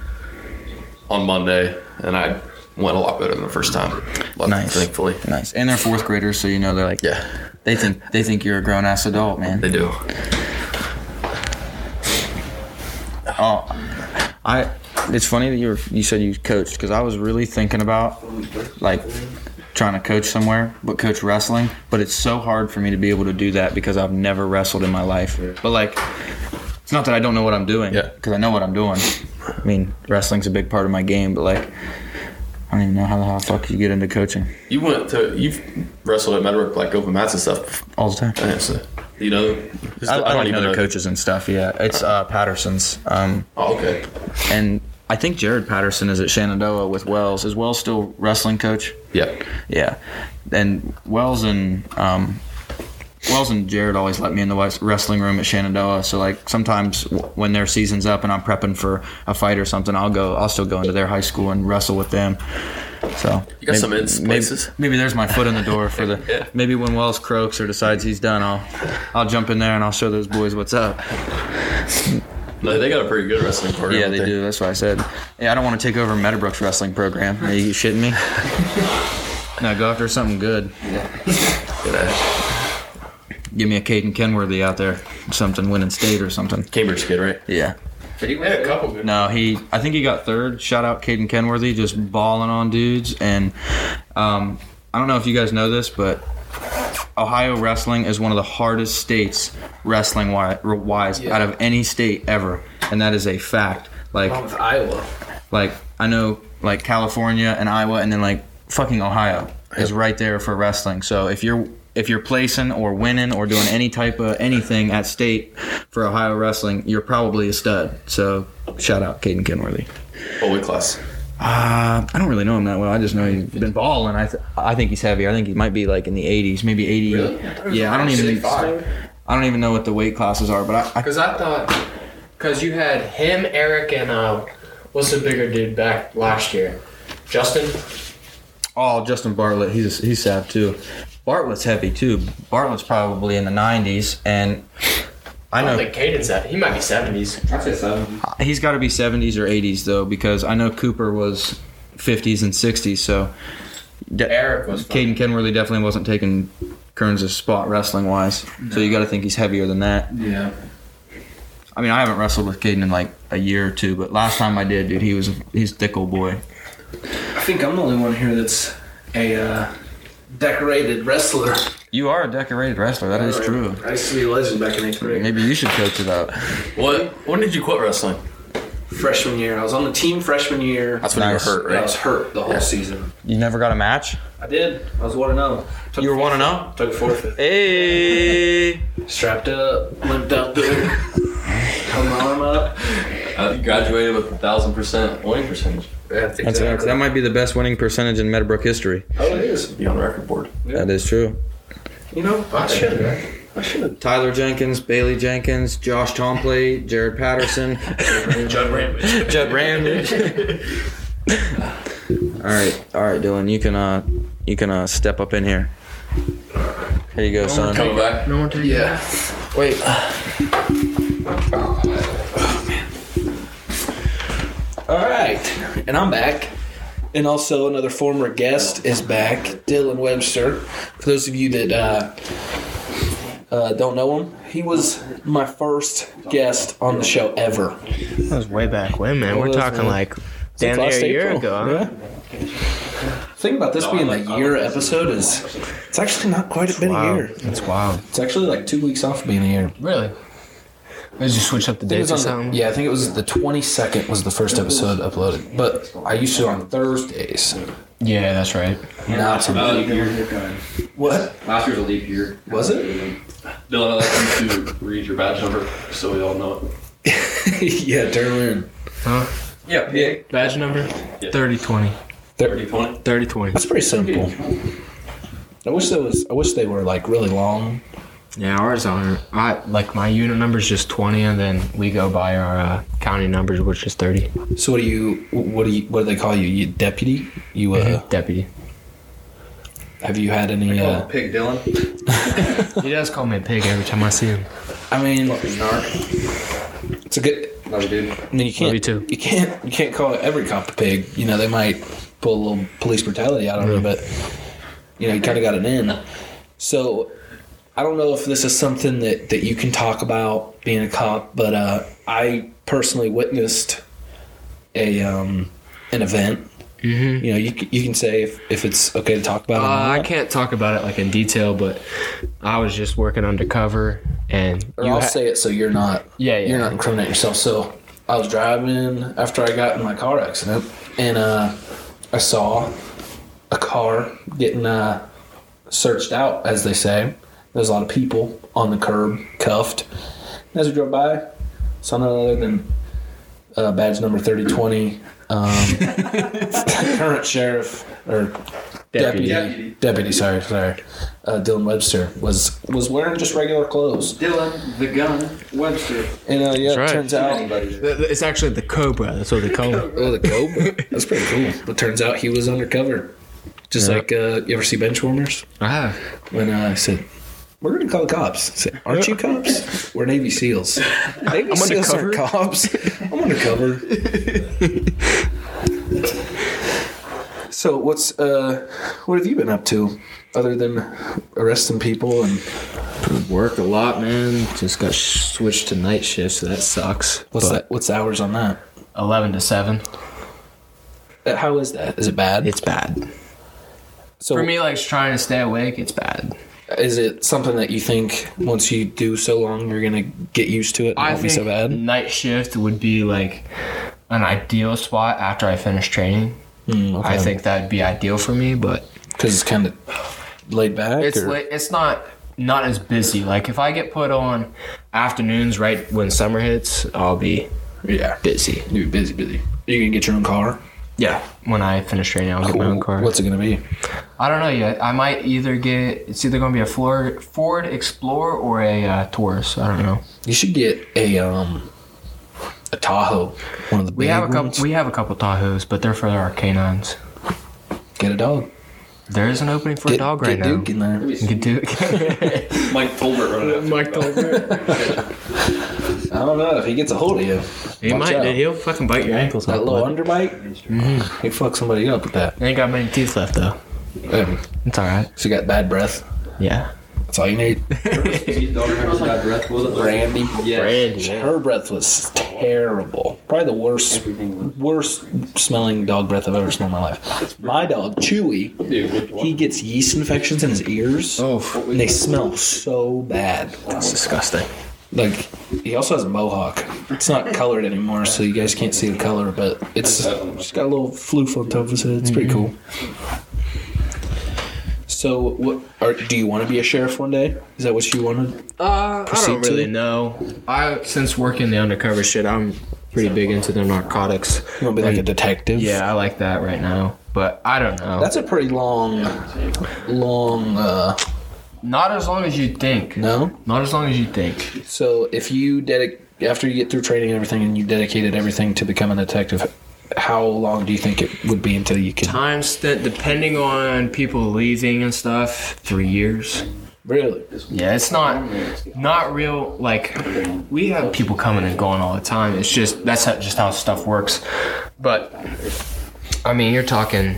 Speaker 3: on Monday, and I went a lot better than the first time. Luck-
Speaker 12: Nice.
Speaker 3: Thankfully.
Speaker 12: Nice. And they're fourth graders, so you know they're like,
Speaker 3: Yeah,
Speaker 12: They think they think you're a grown ass adult, man.
Speaker 3: they do.
Speaker 12: Oh, I. It's funny that you were you said you coached because I was really thinking about like trying to coach somewhere, but coach wrestling. But it's so hard for me to be able to do that because I've never wrestled in my life. But like, it's not that I don't know what I'm doing.
Speaker 3: Yeah.
Speaker 12: Because I know what I'm doing. I mean, wrestling's a big part of my game, but like, I don't even know how the hell the fuck you get into coaching
Speaker 3: You went to you've wrestled at Medwork like open mats and stuff.
Speaker 12: all the time.
Speaker 3: And so, you know, just-
Speaker 12: I, I, don't even know the
Speaker 3: coach.
Speaker 12: coaches and stuff. Yeah, it's uh, Patterson's, um,
Speaker 3: Oh, okay.
Speaker 12: and I think Jared Patterson is at Shenandoah with Wells. Is Wells still wrestling coach?
Speaker 3: Yeah.
Speaker 12: Yeah, and Wells and um, Wells and Jared always let me in the wes- wrestling room at Shenandoah. So like sometimes w- when their season's up and I'm prepping for a fight or something, I'll go. I'll still go into their high school and wrestle with them. So
Speaker 3: You got some ins
Speaker 12: maybe,
Speaker 3: places.
Speaker 12: maybe there's my foot in the door for the.
Speaker 3: Yeah.
Speaker 12: Maybe when Wells croaks or decides he's done, I'll I'll jump in there and I'll show those boys what's up.
Speaker 3: No, they got a pretty good wrestling program.
Speaker 12: Yeah,
Speaker 3: up
Speaker 12: they
Speaker 3: there.
Speaker 12: do. That's what I said. Yeah, I don't want to take over Meadowbrook's wrestling program. Are you shitting me? no, go after something good.
Speaker 3: Good ass.
Speaker 12: Give me a Caden Kenworthy out there, something winning state or something.
Speaker 3: Cambridge kid, right?
Speaker 12: Yeah.
Speaker 9: Yeah, a couple good.
Speaker 12: No, he. I think he got third. Shout out Caden Kenworthy, just balling on dudes. And um, I don't know if you guys know this, but Ohio wrestling is one of the hardest states wrestling wi- wise out of any state ever, and that is a fact. Like
Speaker 1: Along with Iowa.
Speaker 12: like I know like California and Iowa and then like fucking Ohio is right there for wrestling. So if you're if you're placing or winning or doing any type of anything at state for Ohio wrestling, you're probably a stud. So shout out Caden Kenworthy.
Speaker 3: Holy class.
Speaker 12: Uh, I don't really know him that well. I just know he's been balling. I th- I think he's heavy. I think he might be like in the 80s, maybe 80. Yeah, I don't even I don't even know what the weight classes are, but I, I
Speaker 6: Because I thought, because you had him, Eric, and uh, what's the bigger dude back last year? Justin?
Speaker 12: Oh, Justin Bartlett, he's he's sad too. Bartlett's heavy too. Bartlett's probably in the 90s, and I
Speaker 6: I don't
Speaker 12: know
Speaker 6: think Caden's that. He might be 70s.
Speaker 10: I'd say seven.
Speaker 12: he's got to be 70s or 80s though, because I know Cooper was 50s and 60s. So de-
Speaker 6: Eric was.
Speaker 12: Caden Kenworthy definitely wasn't taking Kearns' spot wrestling wise. So you got to think he's heavier than that.
Speaker 9: Yeah.
Speaker 12: I mean, I haven't wrestled with Caden in like a year or two, but last time I did, dude, he was he's a thick old boy.
Speaker 9: I think I'm the only one here that's a uh, decorated wrestler.
Speaker 12: You are a decorated wrestler. That is true.
Speaker 9: I used to be a legend back in eighth grade.
Speaker 12: Maybe you should coach it up.
Speaker 3: What? When did you quit wrestling?
Speaker 9: Freshman year, I was on the team freshman year.
Speaker 3: That's when
Speaker 12: Nice.
Speaker 3: you were hurt,
Speaker 9: I was
Speaker 3: right?
Speaker 9: hurt the whole season.
Speaker 12: You never got a match.
Speaker 9: I did. I was one and zero.
Speaker 12: You were one and zero.
Speaker 9: Took forfeit.
Speaker 12: Hey.
Speaker 9: Strapped up. Limped out there. Held my arm up.
Speaker 3: Uh, you graduated with a thousand percent winning percentage.
Speaker 12: That's That might be the best winning percentage in Meadowbrook history.
Speaker 9: Oh, it is.
Speaker 3: Be on record board.
Speaker 12: That is true.
Speaker 9: You know, I should. have. I should. have.
Speaker 12: Tyler Jenkins, Bailey Jenkins, Josh Tompley, Jared Patterson,
Speaker 9: Judd Ramage.
Speaker 12: Judd Ramage. all right, all right, Dylan, you can uh, you can uh, step up in here. Here you go, son.
Speaker 3: Coming back.
Speaker 6: No one take Yeah.
Speaker 12: Wait.
Speaker 1: All right, and I'm back. And also, another former guest is back, Dylan Webster. For those of you that uh, uh, don't know him, he was my first guest on the show ever.
Speaker 13: That was way back when, man.
Speaker 1: Well,
Speaker 13: We're
Speaker 1: that's,
Speaker 13: talking
Speaker 1: uh,
Speaker 13: like damn near a year ago. huh?
Speaker 1: Think about this being a year episode is it's actually not quite been
Speaker 13: Wow,
Speaker 1: a year.
Speaker 13: that's wild.
Speaker 1: It's actually like two weeks off of being a year.
Speaker 13: Really? Did you switch up the
Speaker 1: It
Speaker 13: dates
Speaker 1: was
Speaker 13: or
Speaker 1: on the-
Speaker 13: something?
Speaker 1: yeah, I think it was the 22nd was the first episode uploaded, but I used to on Thursdays.
Speaker 13: Yeah, that's right.
Speaker 1: Not to
Speaker 3: Uh,
Speaker 1: what
Speaker 10: Last year's a leap year.
Speaker 1: was it?
Speaker 3: Dylan, I'd like you to read your badge number so we all know it.
Speaker 1: yeah, Derwin.
Speaker 3: Yeah, yeah.
Speaker 13: Badge number? 3020.
Speaker 3: 30, 20.
Speaker 13: 3020.
Speaker 1: That's pretty simple. I wish that was. I wish they were like really long.
Speaker 13: Yeah, ours are. I, like, my unit number's just 20, and then we go by our uh, county numbers, which is 30.
Speaker 1: So what do you? What do you? What do they call you? You deputy? You
Speaker 6: Mm-hmm.
Speaker 1: uh,
Speaker 13: Deputy.
Speaker 1: have you had any? Uh,
Speaker 10: Pig Dylan.
Speaker 13: He does call me a pig every time I see him.
Speaker 1: I mean, it's a good.
Speaker 10: Love you, dude.
Speaker 1: I mean, you can't.
Speaker 13: Love you too.
Speaker 1: You can't. You can't call every cop a pig. You know, they might pull a little police brutality out on you, but you know, you kind of got it in. So, I don't know if this is something that that you can talk about being a cop, but uh, I personally witnessed a um, an event. You know, you c- you can say if, if it's okay to talk about. it or
Speaker 13: Mm-hmm. Uh, I
Speaker 1: not.
Speaker 13: can't talk about it like in detail, but I was just working undercover, and
Speaker 1: or
Speaker 13: you
Speaker 1: I'll
Speaker 13: ha-
Speaker 1: say it so you're not
Speaker 13: Yeah, yeah.
Speaker 1: you're not incriminating yourself. So I was driving after I got in my car accident, and uh, I saw a car getting uh, searched out, as they say. There's a lot of people on the curb, cuffed. And as we drove by, saw none other than uh, badge number 3020, um, current sheriff or deputy, deputy, sorry, sorry, uh, Dylan Webster was was wearing just regular clothes.
Speaker 5: Dylan the Gun Webster.
Speaker 1: And uh, yeah,
Speaker 6: That's right.
Speaker 1: it turns out
Speaker 6: It's actually the Cobra. That's what they call it.
Speaker 1: Oh, the Cobra. That's pretty cool. But turns out he was undercover. Just
Speaker 6: Yeah. Ah.
Speaker 1: like uh, you ever see Benchwarmers?
Speaker 6: I have.
Speaker 1: When uh, I said, "We're gonna call the cops," I said, "Aren't you cops? We're Navy SEALs. Navy
Speaker 6: I'm
Speaker 1: SEALs
Speaker 6: undercover.
Speaker 1: aren't cops. I'm undercover." so what's uh, what have you been up to, other than arresting people and
Speaker 6: Work a lot, man. Just got sh- switched to night shift, so that sucks.
Speaker 1: what's that? What's the hours on that?
Speaker 6: Eleven to seven.
Speaker 1: Oh. Uh, How is that? Is it bad?
Speaker 6: It's bad.
Speaker 1: So
Speaker 6: For me, like trying to stay awake, it's bad.
Speaker 1: Is it something that you think once you do so long, you're gonna get used to it and it
Speaker 6: I
Speaker 1: won't
Speaker 6: think
Speaker 1: be so bad?
Speaker 6: night shift would be like an ideal spot after I finish training.
Speaker 1: Hmm,
Speaker 6: I think that'd be ideal for me, but
Speaker 1: because it's kind of laid back.
Speaker 6: it's
Speaker 1: or-
Speaker 6: li- it's not not as busy. Like if I get put on afternoons right when summer hits, I'll be
Speaker 1: yeah,
Speaker 6: busy.
Speaker 1: you busy, busy. Are you gonna get your own car?
Speaker 6: Yeah, when I finish training, I'll get my own car.
Speaker 1: What's it gonna be?
Speaker 6: I don't know yet. I might either get it's either going to be a Ford Ford Explorer or a uh, Taurus. I don't know.
Speaker 1: You should get a um a Tahoe, one of the
Speaker 6: We
Speaker 1: big
Speaker 6: have a couple.
Speaker 1: ones.
Speaker 6: We have a couple Tahoes, but they're for our canines.
Speaker 1: Get a dog.
Speaker 6: There is an opening for
Speaker 1: Get
Speaker 6: a dog right
Speaker 1: get
Speaker 6: now.
Speaker 1: Duke in there.
Speaker 6: You can do
Speaker 3: Mike Tolbert running up.
Speaker 6: Mike Tolbert.
Speaker 1: I don't know if he gets a hold of you.
Speaker 6: He
Speaker 1: Watch
Speaker 6: might.
Speaker 1: out.
Speaker 6: dude. He'll fucking bite your ankles.
Speaker 1: That
Speaker 6: off,
Speaker 1: little
Speaker 6: bud.
Speaker 1: underbite, Mm-hmm. he fuck somebody up with that.
Speaker 6: I ain't got many teeth left though.
Speaker 1: Um,
Speaker 6: It's all right.
Speaker 1: so you got bad breath.
Speaker 6: Yeah.
Speaker 1: That's all you need. Brandy.
Speaker 6: Brandy, yeah.
Speaker 1: Her breath was terrible. Probably the worst, worst smelling dog breath I've ever smelled in my life. My dog Chewy, he gets yeast infections in his ears,
Speaker 6: Oh,
Speaker 1: and they smell so bad.
Speaker 6: that's disgusting.
Speaker 1: Like he also has a mohawk. It's not colored anymore, so you guys can't see the color, but it's just got a little floof on top of his head. It's pretty cool.
Speaker 6: Mm-hmm.
Speaker 1: So, what are, do you want to be a sheriff one day? Is that what you wanted?
Speaker 6: Uh, I
Speaker 1: Proceed
Speaker 6: don't
Speaker 1: to-
Speaker 6: really know. I since working the undercover shit, I'm pretty big into the narcotics.
Speaker 1: You want to be like a detective?
Speaker 6: Yeah, I like that right now. But I don't know.
Speaker 1: That's a pretty long, long. uh
Speaker 6: not as long as you think.
Speaker 1: No.
Speaker 6: Not as long as you think.
Speaker 1: So if you dedicate after you get through training and everything, and you dedicated everything to become a detective, how long do you think it would be until you can
Speaker 6: Time spent depending on people leaving and stuff. Three years.
Speaker 1: really?
Speaker 6: Yeah, it's not not real. Like we have people coming and going all the time. It's just that's how, just how stuff works. But I mean, you're talking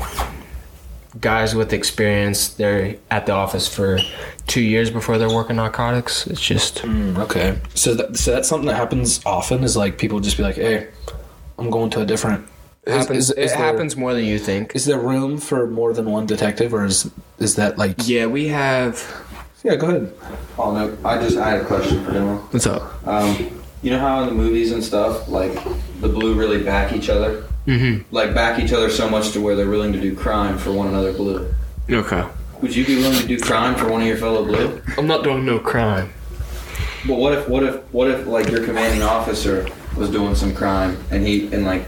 Speaker 6: guys with experience. They're at the office for two years before they're working narcotics. It's just
Speaker 1: Okay. So that, so that's something that happens often. Is like people just be like, "Hey, I'm going to a different." Is-
Speaker 6: happens.
Speaker 1: is- is
Speaker 6: it
Speaker 1: there-
Speaker 6: happens more than you think.
Speaker 1: Is there room for more than one detective, or is is that like?
Speaker 6: Yeah, we have.
Speaker 1: Yeah, go ahead.
Speaker 5: Oh no! I just I had a question for Dylan.
Speaker 6: What's up?
Speaker 5: Um, you know how in the movies and stuff, like the blue really back each other,
Speaker 6: Mm-hmm.
Speaker 5: like back each other so much to where they're willing to do crime for one another blue.
Speaker 6: Okay.
Speaker 5: Would you be willing to do crime for one of your fellow blue?
Speaker 6: I'm not doing no crime.
Speaker 5: But what if what if what if like your commanding officer was doing some crime and he and like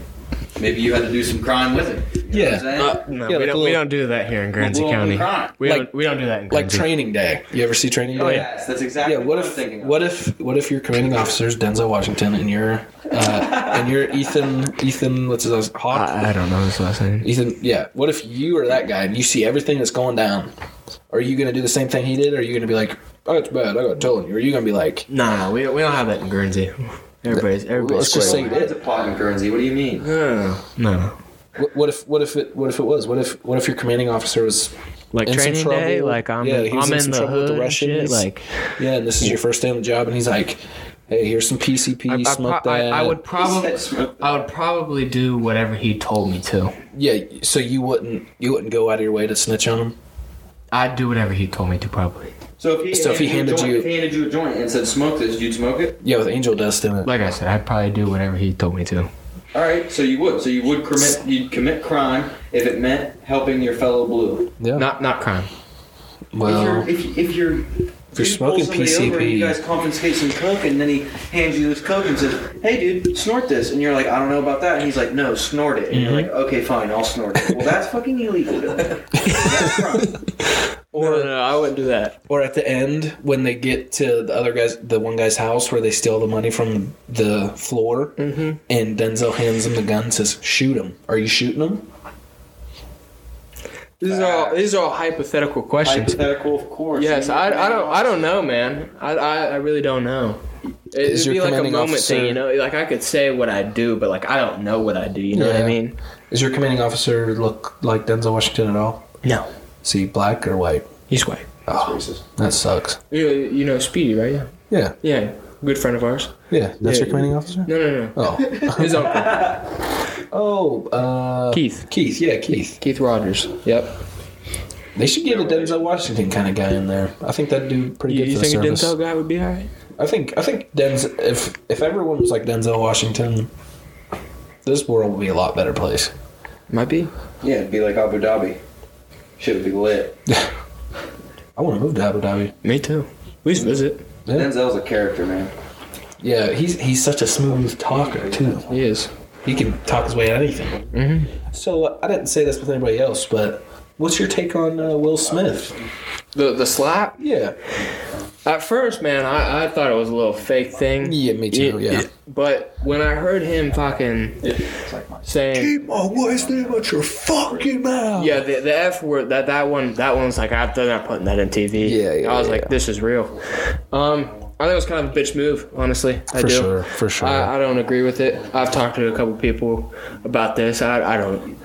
Speaker 5: maybe you had to do some crime with it? You know
Speaker 1: Yeah.
Speaker 5: what I'm saying?
Speaker 6: No,
Speaker 1: Yeah,
Speaker 6: we,
Speaker 1: like
Speaker 6: don't,
Speaker 1: a
Speaker 6: we
Speaker 1: little-
Speaker 6: don't do that here in Guernsey
Speaker 5: Well,
Speaker 6: Uh, County.
Speaker 5: crime.
Speaker 6: We
Speaker 1: Like-
Speaker 6: don't. We don't do that in
Speaker 1: Like
Speaker 6: Guernsey.
Speaker 1: training day. You ever see training day?
Speaker 6: Oh, yeah.
Speaker 5: Yes, that's exactly.
Speaker 1: Yeah, what
Speaker 5: I'm
Speaker 1: if
Speaker 5: thinking of.
Speaker 1: what if what if your commanding officer is Denzel Washington and you're uh, and you're Ethan Ethan what's his last Hawk?
Speaker 6: I, I don't know his last name.
Speaker 1: Ethan, yeah. What if you are that guy and you see everything that's going down? Are you gonna do the same thing he did? Or are you gonna be like, oh, it's bad. I gotta tell him. Or are you gonna be like,
Speaker 6: No, no, we, we don't have that in Guernsey. Everybody's everybody's
Speaker 1: let's just say
Speaker 6: square.
Speaker 1: you
Speaker 5: It's a
Speaker 1: did.
Speaker 5: plot in Guernsey. What do you mean?
Speaker 6: no, no.
Speaker 1: What, what if what if it what if it was? What if what if your commanding officer was
Speaker 6: Like
Speaker 1: In some
Speaker 6: training day,
Speaker 1: trouble.
Speaker 6: like I'm,
Speaker 1: Yeah, he was
Speaker 6: I'm
Speaker 1: in
Speaker 6: in,
Speaker 1: some
Speaker 6: the
Speaker 1: trouble with
Speaker 6: hood
Speaker 1: the
Speaker 6: and shit.
Speaker 1: Russians.
Speaker 6: Like
Speaker 1: yeah, and this is your first day on the job, and he's like, hey, here's some PCP,
Speaker 6: I,
Speaker 1: smoke
Speaker 6: pro- I-
Speaker 1: that.
Speaker 6: I would probably, I would probably do whatever he told me to.
Speaker 1: yeah. So you wouldn't you wouldn't go out of your way to snitch on him.
Speaker 6: I'd do whatever he told me to. Probably,
Speaker 5: So if he,
Speaker 1: So if he handed
Speaker 5: a joint,
Speaker 1: you-
Speaker 5: if he handed you a joint and said smoke this, you'd smoke it.
Speaker 1: Yeah, with angel dust in it.
Speaker 6: like I said, I'd probably do whatever he told me to.
Speaker 5: All right, so you would, so you would commit, you'd commit crime if it meant helping your fellow blue.
Speaker 1: Yeah.
Speaker 6: Not not crime.
Speaker 1: Well,
Speaker 5: if you're, if, if you're,
Speaker 1: Um, if you're
Speaker 5: pull
Speaker 1: smoking
Speaker 5: somebody over and you
Speaker 1: PCP,
Speaker 5: guys confiscate some coke, and then he hands you this coke and says, "Hey, dude, snort this," and you're like, "I don't know about that," and he's like, "No, snort it," and you're
Speaker 1: Mm-hmm.
Speaker 5: like, "Okay, fine, I'll snort it." Well, that's fucking illegal. Dylan.
Speaker 1: or
Speaker 14: no, I wouldn't do that.
Speaker 1: or at the end when they get to the other guy's, the one guy's house where they steal the money from the floor, and Denzel hands him the gun and says, "Shoot him." Are you shooting him?
Speaker 6: These are all these are all hypothetical questions.
Speaker 5: Hypothetical, of course.
Speaker 6: Yes, I, I don't I don't know, man. I I, I really don't know. It,
Speaker 1: Is your
Speaker 6: it'd be like a
Speaker 1: commanding
Speaker 6: moment
Speaker 1: officer-
Speaker 6: thing, you know. Like I could say what I do, but like I don't know what I do. You know what
Speaker 1: Yeah.
Speaker 6: I mean?
Speaker 1: Does your commanding officer look like Denzel Washington at all?
Speaker 6: No,
Speaker 1: Is he black or white?
Speaker 6: he's white.
Speaker 1: Oh, that sucks.
Speaker 6: You, you know Speedy, right? Yeah.
Speaker 1: Yeah,
Speaker 6: Yeah, good friend of ours.
Speaker 1: yeah. That's
Speaker 6: Yeah.
Speaker 1: your commanding officer.
Speaker 6: No, no, no.
Speaker 1: Oh,
Speaker 6: His uncle,
Speaker 1: oh, uh,
Speaker 6: Keith.
Speaker 1: Keith. Yeah, Keith.
Speaker 6: Keith Rogers. Yep.
Speaker 1: They should get a Denzel Washington kind of guy in there. I think that'd do pretty
Speaker 6: You,
Speaker 1: good
Speaker 6: you
Speaker 1: for the
Speaker 6: think a
Speaker 1: service.
Speaker 6: Denzel guy would be alright?
Speaker 1: I think I think Denzel. If if everyone was like Denzel Washington, this world would be a lot better place.
Speaker 6: Might be.
Speaker 5: Yeah, it'd be like Abu Dhabi. Shit would be lit.
Speaker 1: I want to move to Abu Dhabi.
Speaker 6: Me too. We should visit.
Speaker 1: Yeah,
Speaker 5: Denzel's a character, man.
Speaker 1: yeah he's he's such a smooth talker too.
Speaker 6: He is.
Speaker 1: He can talk his way out of anything. Mm-hmm. So uh, I didn't say this with anybody else, but what's your take on uh, Will Smith?
Speaker 6: The the slap.
Speaker 1: Yeah,
Speaker 6: At first, man, I, I thought it was a little fake thing.
Speaker 1: Yeah, me too, yeah.
Speaker 6: But when I heard him fucking saying,
Speaker 1: my wife's name out your fucking mouth.
Speaker 6: yeah, the, the F word, that that one, that one's like, I, they're not putting that in TV.
Speaker 1: Yeah, yeah,
Speaker 6: I was
Speaker 1: yeah.
Speaker 6: like, this is real. Um, I think it was kind of a bitch move, honestly. I
Speaker 1: for
Speaker 6: do.
Speaker 1: sure, for sure.
Speaker 6: I, I don't agree with it. I've talked to a couple people about this. I, I don't.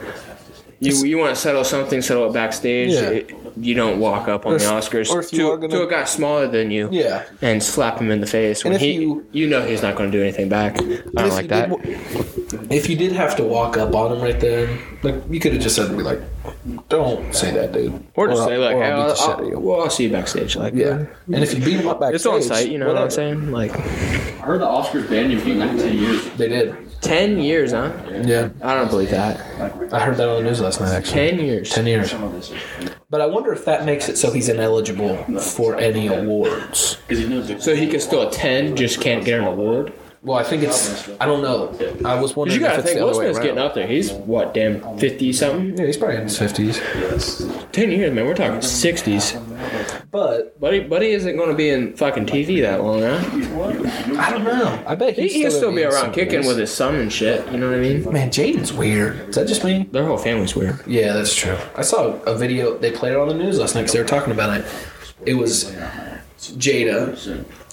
Speaker 6: You, you want to settle something, settle it backstage.
Speaker 1: Yeah.
Speaker 6: It- you don't walk up on
Speaker 1: Or
Speaker 6: the
Speaker 1: if-
Speaker 6: Oscars
Speaker 1: or if you
Speaker 6: to,
Speaker 1: are gonna-
Speaker 6: to a guy smaller than you.
Speaker 1: yeah,
Speaker 6: and slap him in the face when
Speaker 1: And if
Speaker 6: he
Speaker 1: you-
Speaker 6: you, know he's not going to do anything back. I don't
Speaker 1: if
Speaker 6: like
Speaker 1: you
Speaker 6: that.
Speaker 1: did wa- if you did have to walk up on him right there, like you could have just said, "Be like, don't say that, dude."
Speaker 6: or just say like,
Speaker 1: or
Speaker 6: hey,
Speaker 1: I'll beat
Speaker 6: I'll,
Speaker 1: the shit out of
Speaker 6: I'll-
Speaker 1: you."
Speaker 6: well, I'll see you backstage. Like, uh,
Speaker 1: Yeah, and if you beat him up backstage,
Speaker 6: it's on site. You know what I'm
Speaker 1: whatever.
Speaker 6: saying? Like,
Speaker 5: I heard the Oscars banned you from like ten years.
Speaker 1: They did.
Speaker 6: ten years, huh?
Speaker 1: Yeah,
Speaker 6: I don't believe that.
Speaker 1: I heard that on the news last night. Actually,
Speaker 6: Ten years.
Speaker 1: ten years. But I wonder if that makes it so he's ineligible for any awards.
Speaker 6: So he can still attend, just can't get an award.
Speaker 1: Well, I think it's. I don't know. I was
Speaker 6: 'Cause you
Speaker 1: wondering if
Speaker 6: got to
Speaker 1: it's
Speaker 6: think
Speaker 1: the
Speaker 6: Will
Speaker 1: other way
Speaker 6: Smith's
Speaker 1: around.
Speaker 6: getting up there. He's what, damn, fifty something?
Speaker 1: Yeah, he's probably in his fifties.
Speaker 6: Ten years, man. We're talking sixties.
Speaker 1: But
Speaker 6: Buddy, buddy isn't going to be in fucking TV that long, huh?
Speaker 1: I don't know. I bet
Speaker 6: He,
Speaker 1: he's
Speaker 6: he'll still be around kicking with
Speaker 1: it.
Speaker 6: his son and shit. You know what I mean?
Speaker 1: Man, Jaden's weird. Is that just me?
Speaker 6: Their whole family's weird.
Speaker 1: Yeah, that's true. I saw a video. They played it on the news last night because they were talking about it. It was Jada,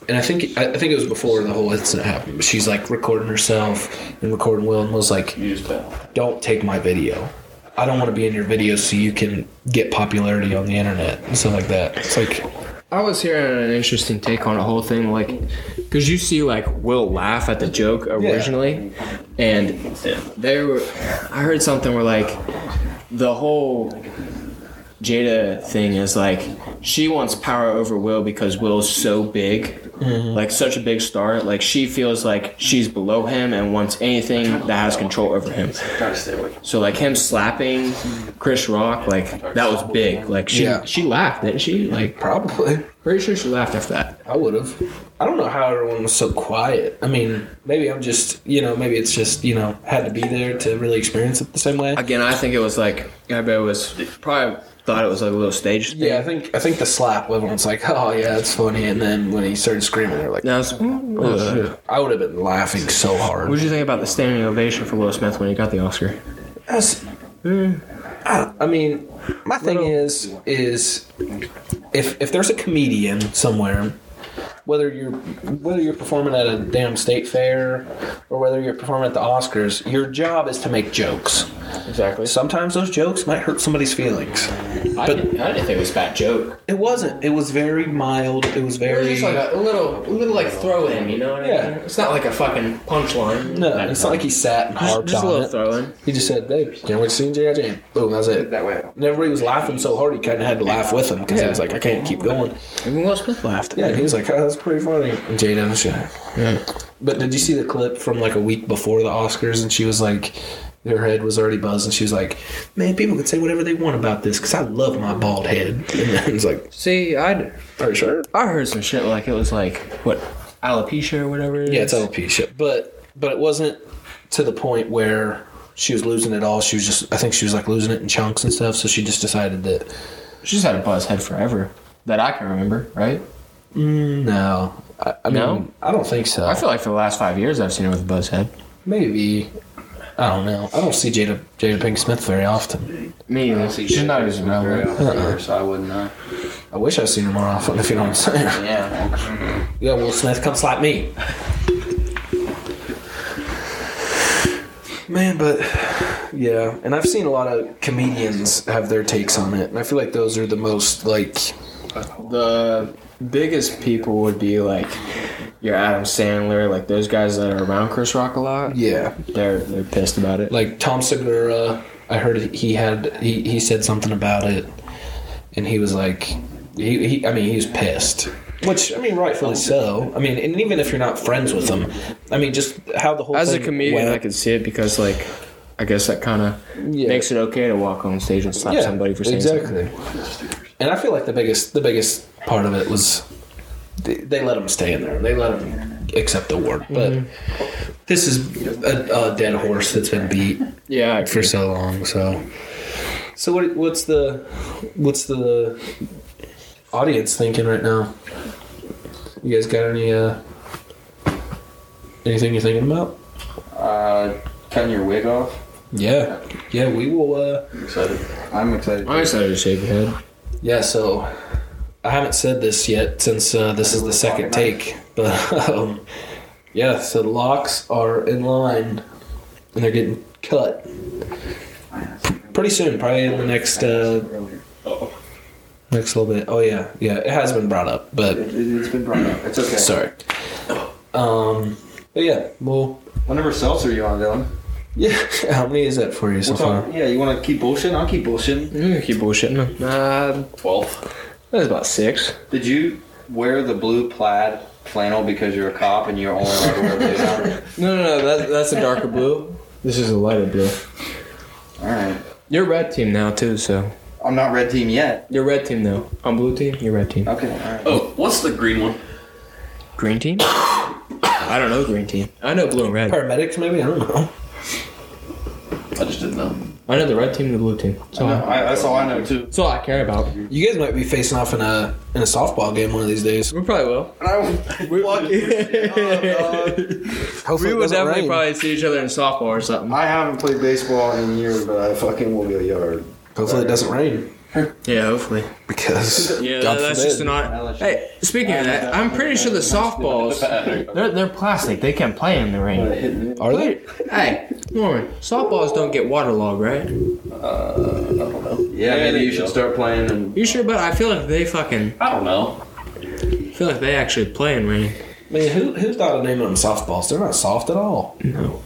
Speaker 1: and I think I I think it was before the whole incident happened. But she's like recording herself and recording Will, and was like, "Don't take my video. I don't want to be in your video so you can get popularity on the internet and stuff like that." It's like,
Speaker 6: I was hearing an interesting take on the whole thing, like, because you see, like, Will laugh at the joke originally, and they were. I heard something where, like, the whole Jada thing is like she wants power over Will because Will's so big, like such a big star. Like she feels like she's below him and wants anything that has control over him. So like him slapping Chris Rock, like that was big. Like she
Speaker 1: Yeah.
Speaker 6: she laughed, didn't she? Like
Speaker 1: probably
Speaker 6: Pretty sure she laughed after that.
Speaker 1: I would have. I don't know how everyone was so quiet. I mean, maybe I'm just, you know, maybe it's just, you know, had to be there to really experience it the same way.
Speaker 6: Again, I think it was like I bet it was probably thought it was like a little stage thing.
Speaker 1: Yeah, I think I think the slap everyone's like, oh yeah, that's funny, and then when he started screaming, they're like,
Speaker 6: Now, it's-
Speaker 1: oh,
Speaker 6: uh,
Speaker 1: shit. I would have been laughing so hard.
Speaker 6: what did you think about the standing ovation for Will Smith when he got the Oscar?
Speaker 1: That's- Mm. I, I mean, my thing is is if if there's a comedian somewhere, whether you're whether you're performing at a damn state fair or whether you're performing at the Oscars, your job is to make jokes.
Speaker 6: Exactly.
Speaker 1: Sometimes those jokes might hurt somebody's feelings.
Speaker 6: I, didn't, I didn't think it was a bad joke.
Speaker 1: It wasn't. It was very mild. It was
Speaker 6: It
Speaker 1: very
Speaker 6: was just like a, a little, a little like throw in, you know what I mean?
Speaker 1: Yeah.
Speaker 6: It's not like a fucking punchline.
Speaker 1: no. It's not like he sat and harped
Speaker 6: Just a
Speaker 1: on
Speaker 6: little
Speaker 1: it.
Speaker 6: throw in.
Speaker 1: He just said, "Hey, can't wait to see J.I. Jane." Boom, that's it.
Speaker 15: That way.
Speaker 1: And everybody was laughing so hard, he kind of had to laugh with him because he was like, "I can't keep going."
Speaker 6: Even Will Smith laughed.
Speaker 1: Yeah, he was like, oh, "That's pretty funny." And Jada and shit. But did you see the clip from like a week before the Oscars? And she was like, her head was already buzzed, and she was like, "Man, people can say whatever they want about this because I love my bald head." And it's like,
Speaker 6: See, I
Speaker 1: "Are you sure?"
Speaker 6: I heard some shit like it was like what alopecia or whatever. It is.
Speaker 1: Yeah, it's alopecia, but but it wasn't to the point where she was losing it all. She was just, I think she was like losing it in chunks and stuff. So she just decided that
Speaker 6: She's had a buzz head forever that I can remember, right?
Speaker 1: no, I, I mean,
Speaker 6: No?
Speaker 1: I don't think so.
Speaker 6: I feel like for the last five years I've seen her with a buzz head.
Speaker 1: Maybe. I don't know. I don't see Jada Jada Pink Smith very often.
Speaker 6: Me, either. she's not as relevant.
Speaker 5: so I wouldn't know.
Speaker 1: I wish I've seen her more often, if you know what I'm saying.
Speaker 16: Yeah.
Speaker 1: Yeah, Will Smith comes like me. Man, but yeah, and I've seen a lot of comedians have their takes on it, and I feel like those are the most like
Speaker 6: The biggest people would be like your Adam Sandler, like those guys that are around Chris Rock a lot.
Speaker 1: yeah,
Speaker 6: They're they're pissed about it.
Speaker 1: like Tom Segura. I heard he had he, he said something about it, and he was like, he, he I mean he was pissed, which I mean rightfully so. I mean, and even if you're not friends with him, I mean just how the whole
Speaker 6: As a
Speaker 1: thing
Speaker 6: comedian,
Speaker 1: went.
Speaker 6: I could see it because like I guess that kind of makes it okay to walk on stage and slap somebody for saying something.
Speaker 1: exactly. And I feel like the biggest the biggest part of it was they, they let him stay in there. They let him accept the award. But this is a, a dead horse that's been beat
Speaker 6: Yeah, I
Speaker 1: for
Speaker 6: agree.
Speaker 1: so long. So so what what's the what's the audience thinking right now? You guys got any uh anything you're thinking about?
Speaker 17: Uh, cutting your wig off.
Speaker 1: Yeah. Yeah, we will uh
Speaker 5: I'm excited.
Speaker 6: I decided to shave your head.
Speaker 1: Yeah, so I haven't said this yet since uh, this is the second take, but um, yeah, so the locks are in line and they're getting cut pretty soon, probably in the next uh, next little bit. Oh yeah, yeah, it has been brought up, but
Speaker 5: It's been brought up. It's okay.
Speaker 1: sorry. Um, but yeah, well,
Speaker 5: What number seltzer you on, Dylan?
Speaker 1: yeah. How many is that for you so
Speaker 5: We'll
Speaker 1: far?
Speaker 5: talk, yeah, you want to keep bullshitting? I'll keep bullshitting.
Speaker 6: Yeah, keep bullshitting. Uh,
Speaker 18: Twelve.
Speaker 6: that was about six.
Speaker 5: Did you wear the blue plaid flannel because you're a cop and you're only allowed to wear blue? now?
Speaker 6: No, no, no. That, that's a darker blue. This is a lighter blue.
Speaker 5: All right.
Speaker 6: You're red team now too, so
Speaker 5: I'm not red team yet.
Speaker 6: you're red team now. I'm blue team. You're red team.
Speaker 5: Okay. All right.
Speaker 18: Oh, what's the green one?
Speaker 6: Green team. I don't know green team. I know blue and red.
Speaker 1: Paramedics, maybe I don't know.
Speaker 18: I just didn't know.
Speaker 6: I know the red team and the blue team. So
Speaker 5: No,
Speaker 6: I,
Speaker 5: I, that's all I know too.
Speaker 6: that's all I care about.
Speaker 1: You guys might be facing off in a in a softball game one of these days.
Speaker 6: We probably will. We,
Speaker 1: Hopefully,
Speaker 6: we
Speaker 1: it
Speaker 6: will
Speaker 1: doesn't
Speaker 6: definitely
Speaker 1: rain.
Speaker 6: probably see each other in softball or something.
Speaker 5: I haven't played baseball in years, but I fucking will get a yard.
Speaker 1: Hopefully, it doesn't rain
Speaker 6: Yeah, hopefully.
Speaker 1: because
Speaker 6: Yeah,
Speaker 1: God
Speaker 6: that- that's
Speaker 1: forbid.
Speaker 6: just an odd. Hey, speaking of that, I'm pretty sure the softballs they're they're plastic. They can't play in the rain.
Speaker 1: Are they?
Speaker 6: Hey, Norman, softballs don't get waterlogged, right?
Speaker 17: Yeah, maybe you should start playing. And
Speaker 6: You sure? But I feel like they fucking
Speaker 18: I don't know.
Speaker 6: feel like they actually play in rain.
Speaker 1: Man, who who thought of naming them softballs? They're not soft at all.
Speaker 6: No.